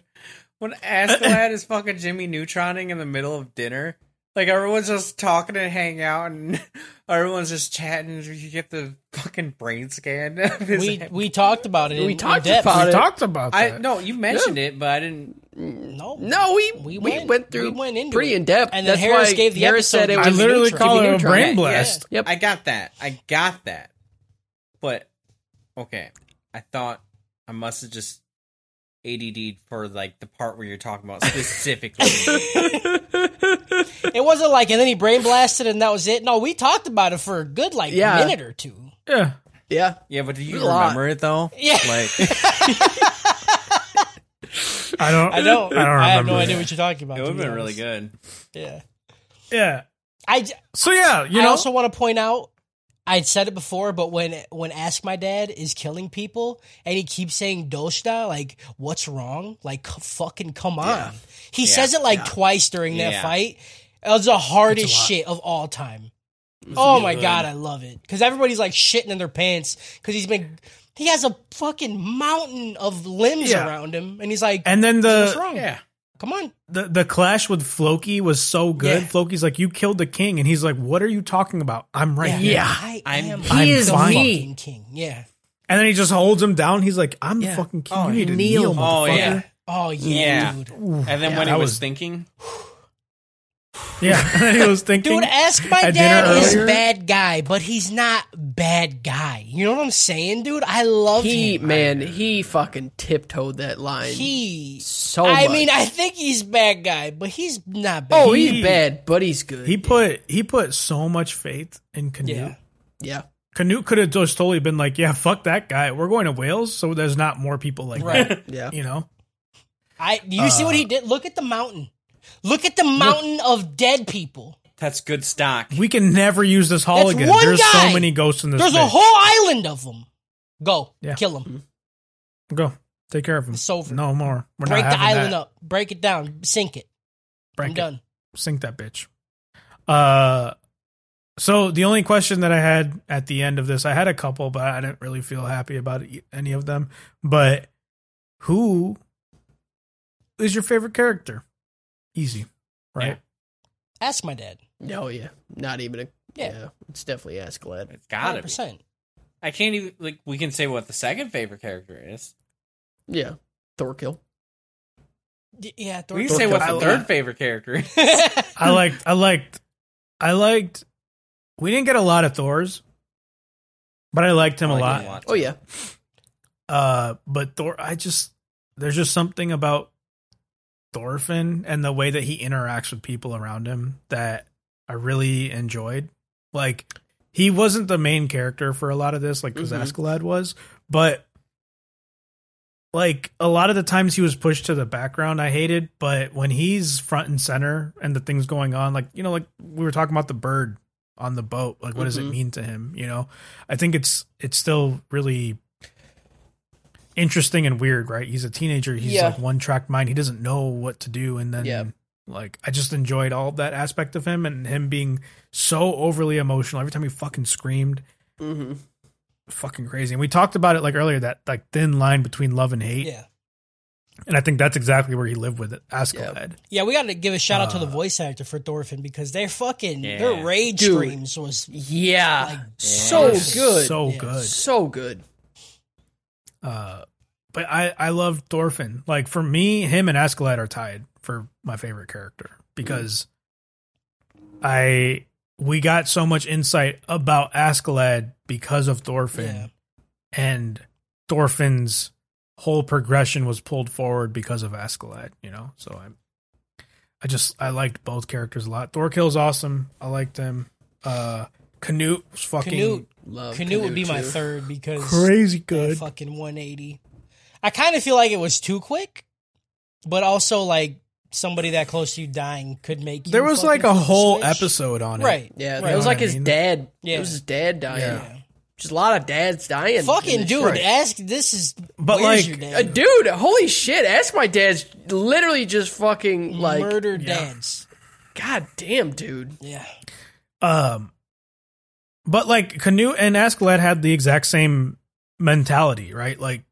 When Askeladd is fucking Jimmy Neutroning in the middle of dinner, like everyone's just talking and hang out, and everyone's just chatting. You get the fucking brain scan. Of his we head. we talked about it. We in- in talked depth. about we it. talked about I that. no, you mentioned it, but I didn't. No, No, we We we, went- went, through we went into pretty it. in depth, And then That's Harris why gave the Harris said episode it I was Jimmy literally Neutron. call Jimmy it a Neutron. brain Yeah, blast. Yep. I got that. I got that. But okay, I thought I must have just ADD for like the part where you're talking about specifically. it wasn't like, and then he brain blasted, and that was it. No, we talked about it for a good like Yeah. minute or two. Yeah. yeah, yeah, but do you A lot. remember it though? Yeah. Like I don't I I don't don't. remember. I have no it. idea what you're talking about. it would to have be been really honest. good. Yeah. Yeah. I, j- So yeah, you I know also want to point out I'd said it before, but when when Ask My Dad is killing people and he keeps saying Doshta, like what's wrong? Like c- fucking come on. He Yeah. says it like twice during that Yeah. fight. It was the hardest It's a lot. shit of all time. Oh my good. god, I love it because everybody's like shitting in their pants because he's been he has a fucking mountain of limbs Yeah. around him and he's like, and then the what's wrong? Come on, the the clash with Floki was so good. Yeah. Floki's like, "You killed the king," and he's like, "What are you talking about? I'm right here." I I'm- am. He the is fucking me. king. Yeah. And then he just holds him down. He's like, "I'm Yeah. the fucking king. Oh, you need to kneel. kneel, Oh, motherfucker." yeah. Oh yeah, Yeah. dude. Ooh. And then when he that was, thinking, yeah, and then he was thinking, Dude, ask my At dad dinner is earlier- bad guy, but he's not bad guy. You know what I'm saying, dude? I love he him. man, he fucking tiptoed that line. He. so I much. mean, I think he's bad guy, but he's not bad. oh, he- he's bad, but he's good. he put he put so much faith in Canute. Yeah. yeah, Canute could have just totally been like, "Yeah, fuck that guy. We're going to Wales, so there's not more people like Right. that." yeah. You know, I. You see Uh. what he did? Look at the mountain. Look at the mountain of dead people. that's good stock. we can never use this hall That's again. one There's guy. so many ghosts in this. There's a bitch. whole island of them. Go Yeah. kill them. Go take care of him. It's over. No more. We're Break not the having island that. up. Break it down. Sink it. Break I'm it. done. sink that bitch. Uh, so the only question that I had at the end of this, I had a couple, but I didn't really feel happy about e- any of them. But who is your favorite character? Easy, right? Ask my dad. no, yeah, not even a Yeah. yeah. It's definitely Askeladd. It's gotta be. 100%. I can't even like we can say what the second favorite character is. Yeah, Thorkill. Y- Yeah, We Thor- can say what I the like- third favorite character is. I liked, I liked, I liked. We didn't get a lot of Thor's, but I liked him I a like lot. him Oh yeah, Uh, but Thor, I just there's just something about Thorfinn and the way that he interacts with people around him that I really enjoyed. Like he wasn't the main character for a lot of this, like because Mhm. Askeladd was, but like a lot of the times he was pushed to the background i hated but when he's front and center and the things going on like you know like we were talking about the bird on the boat like what does it Mhm. mean to him you know i think it's it's still really interesting and weird right he's a teenager he's Yeah. like one track mind he doesn't know what to do and then Yeah. like i just enjoyed all that aspect of him and him being so overly emotional every time he fucking screamed mm-hmm. fucking crazy. And we talked about it like earlier that like thin line between love and hate. Yeah. And I think that's exactly where he lived with it. Askelhead. Yeah, we got to give a shout out to the Uh, voice actor for Thorfinn because their fucking their Yeah. rage Dude. streams was Yeah. like So Oh, good. So Yeah. good. So good. Uh, but I I love Thorfinn. Like for me, him and Askeladd are tied for my favorite character because I we got so much insight about Askeladd because of Thorfinn, Yeah. and Thorfinn's whole progression was pulled forward because of Askeladd. You know, so I I just I liked both characters a lot. Thorkill's awesome. I liked him. Uh, Canute was fucking Canute. Love Canute would be my too. third because crazy that good. fucking 180. I kind of feel like it was too quick, but also like somebody that close to you dying could make you There was fucking like a flip the whole switch. episode on it. Right. Yeah, Right. it You know was like what I his mean? dad. Yeah. It was his dad dying. Yeah. Just a lot of dads dying. in Fucking this dude, show. ask this is But, like, where's your dad? Uh, dude, holy shit! Ask my dad's literally just fucking like, murder yeah. dads. god damn, dude. Yeah. Um, but like Canute and Askeladd had the exact same mentality, right? Like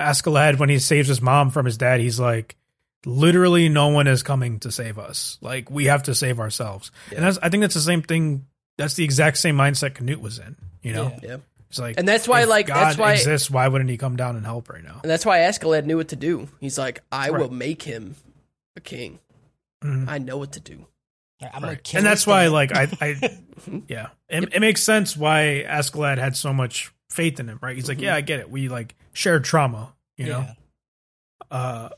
Askeladd, when he saves his mom from his dad, he's like, literally, no one is coming to save us. Like we have to save ourselves, and that's I think that's the same thing. That's the exact same mindset Canute was in. You know, Yeah. Yeah, it's like, And that's why, if like, God that's why- exists. Why wouldn't he come down and help right now? and that's why Askeladd knew what to do. He's like, I will make him a king. Mhm. I know what to do. I'm gonna Right. kill And this that's why, dad. like, I, I yeah, it, it makes sense why Askeladd had so much faith in him, right? He's like, yeah, I get it. We like shared trauma, you know. Mm-hmm. Yeah. Uh,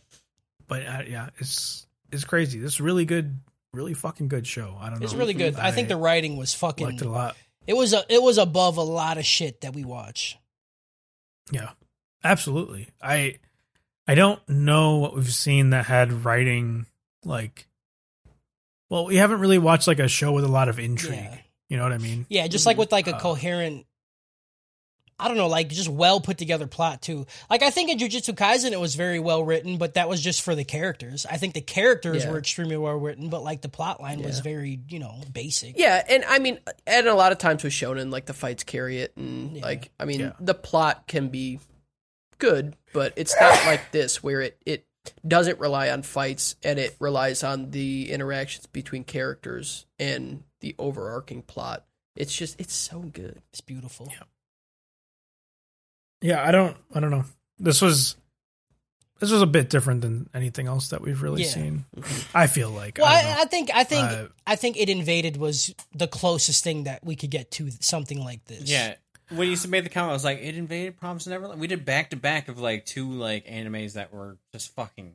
but uh, yeah, it's it's crazy. This is really good, really fucking good show. I don't know. It's really good. I, think the writing was fucking liked it a lot. It was a, it was above a lot of shit that we watch. Yeah, absolutely. I I don't know what we've seen that had writing like. Well, we haven't really watched like a show with a lot of intrigue. Yeah. You know what I mean? Yeah, just like with like a Uh, coherent I don't know, like just well put together plot too. Like I think in Jujutsu Kaisen it was very well written, but that was just for the characters. I think the characters Yeah. were extremely well written, but like the plot line was very, you know, basic. Yeah, and I mean, and a lot of times with shonen, like the fights carry it, and like I mean, Yeah. the plot can be good, but it's not like this where it it doesn't rely on fights and it relies on the interactions between characters and the overarching plot. It's just it's so good. It's beautiful. Yeah, I don't. I don't know. This was. This was a bit different than anything else that we've really Yeah. Mm-hmm. seen. I feel like. Well, I don't know. I, I think I think Uh, I think it invaded was the closest thing that we could get to something like this. Yeah. When you made the comment, I was like, it invaded Promise Neverland. We did back to back of like two like animes that were just fucking.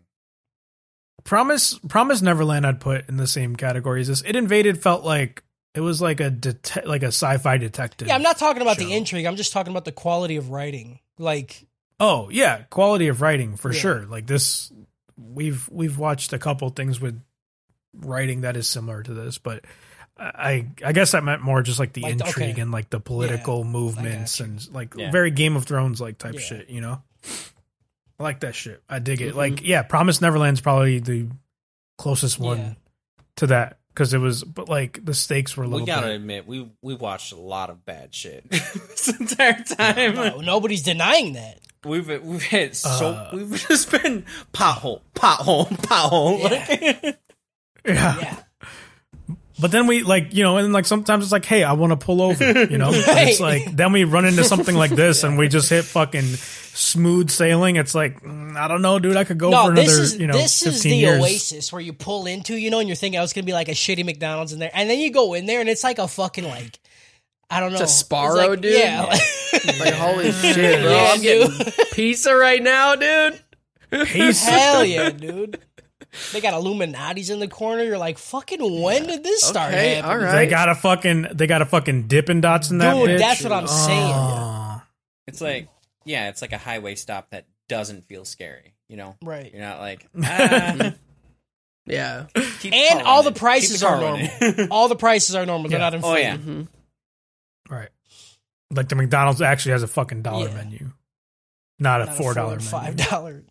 Promise Promise Neverland I'd put in the same category as this. It invaded felt like it was like a dete- like a sci-fi detective. Yeah, I'm not talking about the Show. intrigue. I'm just talking about the quality of writing. Like Oh, yeah, quality of writing for Yeah. sure. Like this we've we've watched a couple things with writing that is similar to this, but I I guess I meant more just like the Like the- intrigue okay. and like the political movements you. and like Yeah. very Game of Thrones like type Yeah. shit, you know. I like that shit. I dig it. Like Mm-hmm. yeah, Promise Neverland's probably the closest one Yeah. to that cuz it was but like the stakes were a We little gotta bit admit, we we watched a lot of bad shit this entire time. no, nobody's denying that. We've we've hit so Uh, we've just been pothole, pothole, pothole. Like, yeah. Yeah. But then we like, you know, and like sometimes it's like, hey, I want to pull over, you know? But It's Right. like, then we run into something like this and we just hit fucking smooth sailing. It's like, mm, I don't know, dude, I could go for No, another, this is you know, this 15 is the years. oasis where you pull into, you know, and you're thinking oh, it's gonna be like a shitty McDonald's in there, and then you go in there and it's like a fucking like, I don't know, a Sparrow, like- dude? Yeah, like- Like holy shit, bro! Yeah, I'm getting pizza right now, dude. Peace. hell yeah, dude. They got Illuminati's in the corner. You're like, fucking, when did this start? Okay, all happening? They right. got a fucking, they got a fucking Dippin' Dots in that dude. bitch. That's what I'm saying. Oh. it's like yeah, it's like a highway stop that doesn't feel scary. You know, Right. You're not like ah, yeah, keep And car all the running. prices Keep car are normal. running. All the prices are normal. They're Yeah. not oh inflated. yeah, Mm-hmm. Right. Like the McDonald's actually has a fucking dollar Yeah. menu, not a Not a $4 and menu. five dollar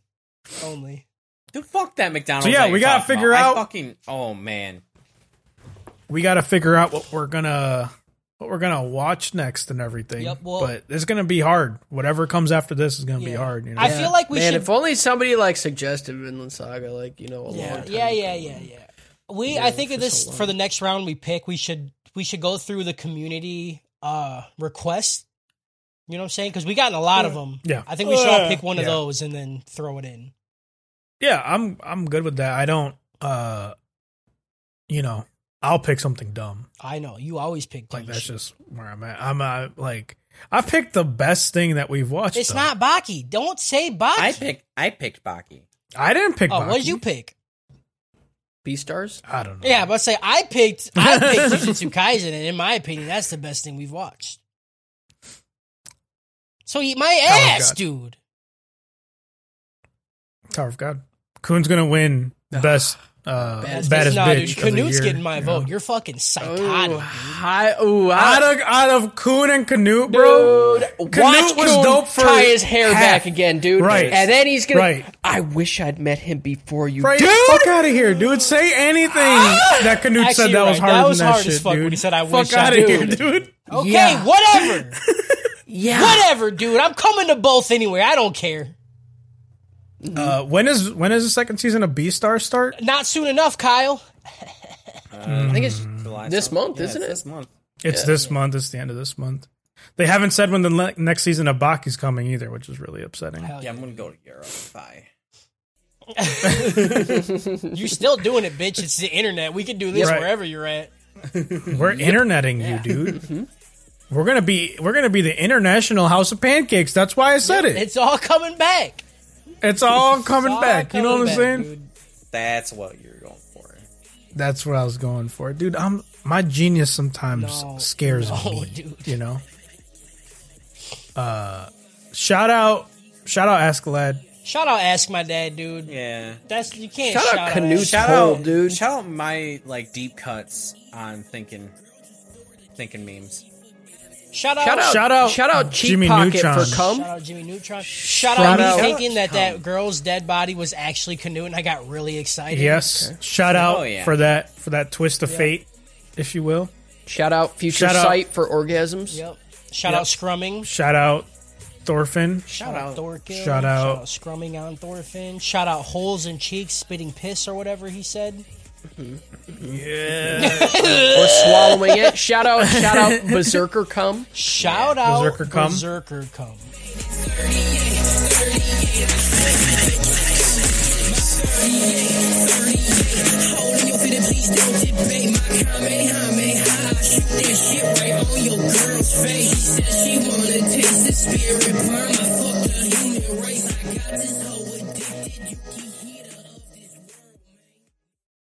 only. dude, fuck that McDonald's. So, yeah, that we you're gotta talking figure about. I out- fucking oh man, we got to figure out what we're gonna what we're gonna watch next and everything. Yep, well- but it's gonna be hard. Whatever comes after this is gonna be Yeah. hard. You know? I feel like we Man, should. if only somebody like suggested Vinland Saga, like you know, a long yeah, time. yeah, yeah, yeah, yeah. We, I think of this for the next round we pick. We should we should go through the community uh request. You know what I'm saying? Because we gotten a lot of them. Yeah. I think we should all Uh, pick one of yeah. those and then throw it in. yeah, I'm I'm good with that. I don't, uh, you know, I'll pick something dumb. I know you always pick Like dumb that's Oh, shit. just where I'm at. I'm uh, like I picked the best thing that we've watched. It's though. not Baki. Don't say Baki. I picked I picked Baki. I didn't pick. Oh, what Baki. did you pick? Beastars. I don't know. Yeah, I'm about to say I picked. I picked Jujutsu Kaisen, and in my opinion, that's the best thing we've watched. So eat my Oh, ass, God. dude. Tower of God. Coon's gonna win best uh, Baddest baddest, No, bitch. dude, of the Canute's year, getting my you know? vote. You're fucking psychotic. Oh, hi, ooh, out I, of out of Coon and Canute, bro. dude. Canute watch was Kuhn dope for tie his hair half. back again, dude. Right. and then he's gonna. Right. I wish I'd met him before you, Right, dude. fuck out of here, dude. Say anything that Canute Ah! Actually, said that you're was right. hard. That than was hard shit, as fuck when dude. he said, "I fuck wish I out of here, did." dude. Okay, Yeah. whatever. Yeah, whatever, dude. I'm coming to both anyway. I don't care. Uh, when is when is the second season of B Star start? Not soon enough, Kyle. I think it's July This something. month, Yeah, isn't it's it? This month. It's this month. It's the end of this month. They haven't said when the le- next season of Baki's coming either, which is really upsetting. Yeah, I'm gonna go to Europe. Bye. You're still doing it, bitch. It's the internet. We can do this Right. wherever you're at. We're Mm-hmm. interneting you, dude. we're gonna be we're gonna be the international House of Pancakes. That's why I said it. It's all coming back. It's all coming All back. you know what coming I'm saying? back, dude. That's what you're going for. That's what I was going for, dude. I'm my genius sometimes No, scares no, me, dude. you know. Uh, shout out, shout out, Ask Lad. Shout out, ask my dad, dude. Yeah. That's you can't Shout out shout, Canute. Ask- Shout Cold, out, dude. Shout out my like deep cuts on thinking, thinking memes. Shout out. Shout out, Shout out shout out, cheap Jimmy pocket Neutron. for Shout cum. out Jimmy Neutron. Shout, Shout out me out- thinking that that girl's dead body was actually Canute, and I got really excited. Yes, shout out Oh, yeah. for that for that twist of fate, if you will. Shout out future Shout out- sight for orgasms. Yep. Shout out Scrumming. Shout out Thorfinn. Shout out Thorkill. Shout out- Scrumming on Thorfinn. Shout out Holes in Cheeks, Spitting Piss, or whatever he said. Or swallowing it. Shout out, shout out berserker cum. Shout out Berserker cum. Berserker cum.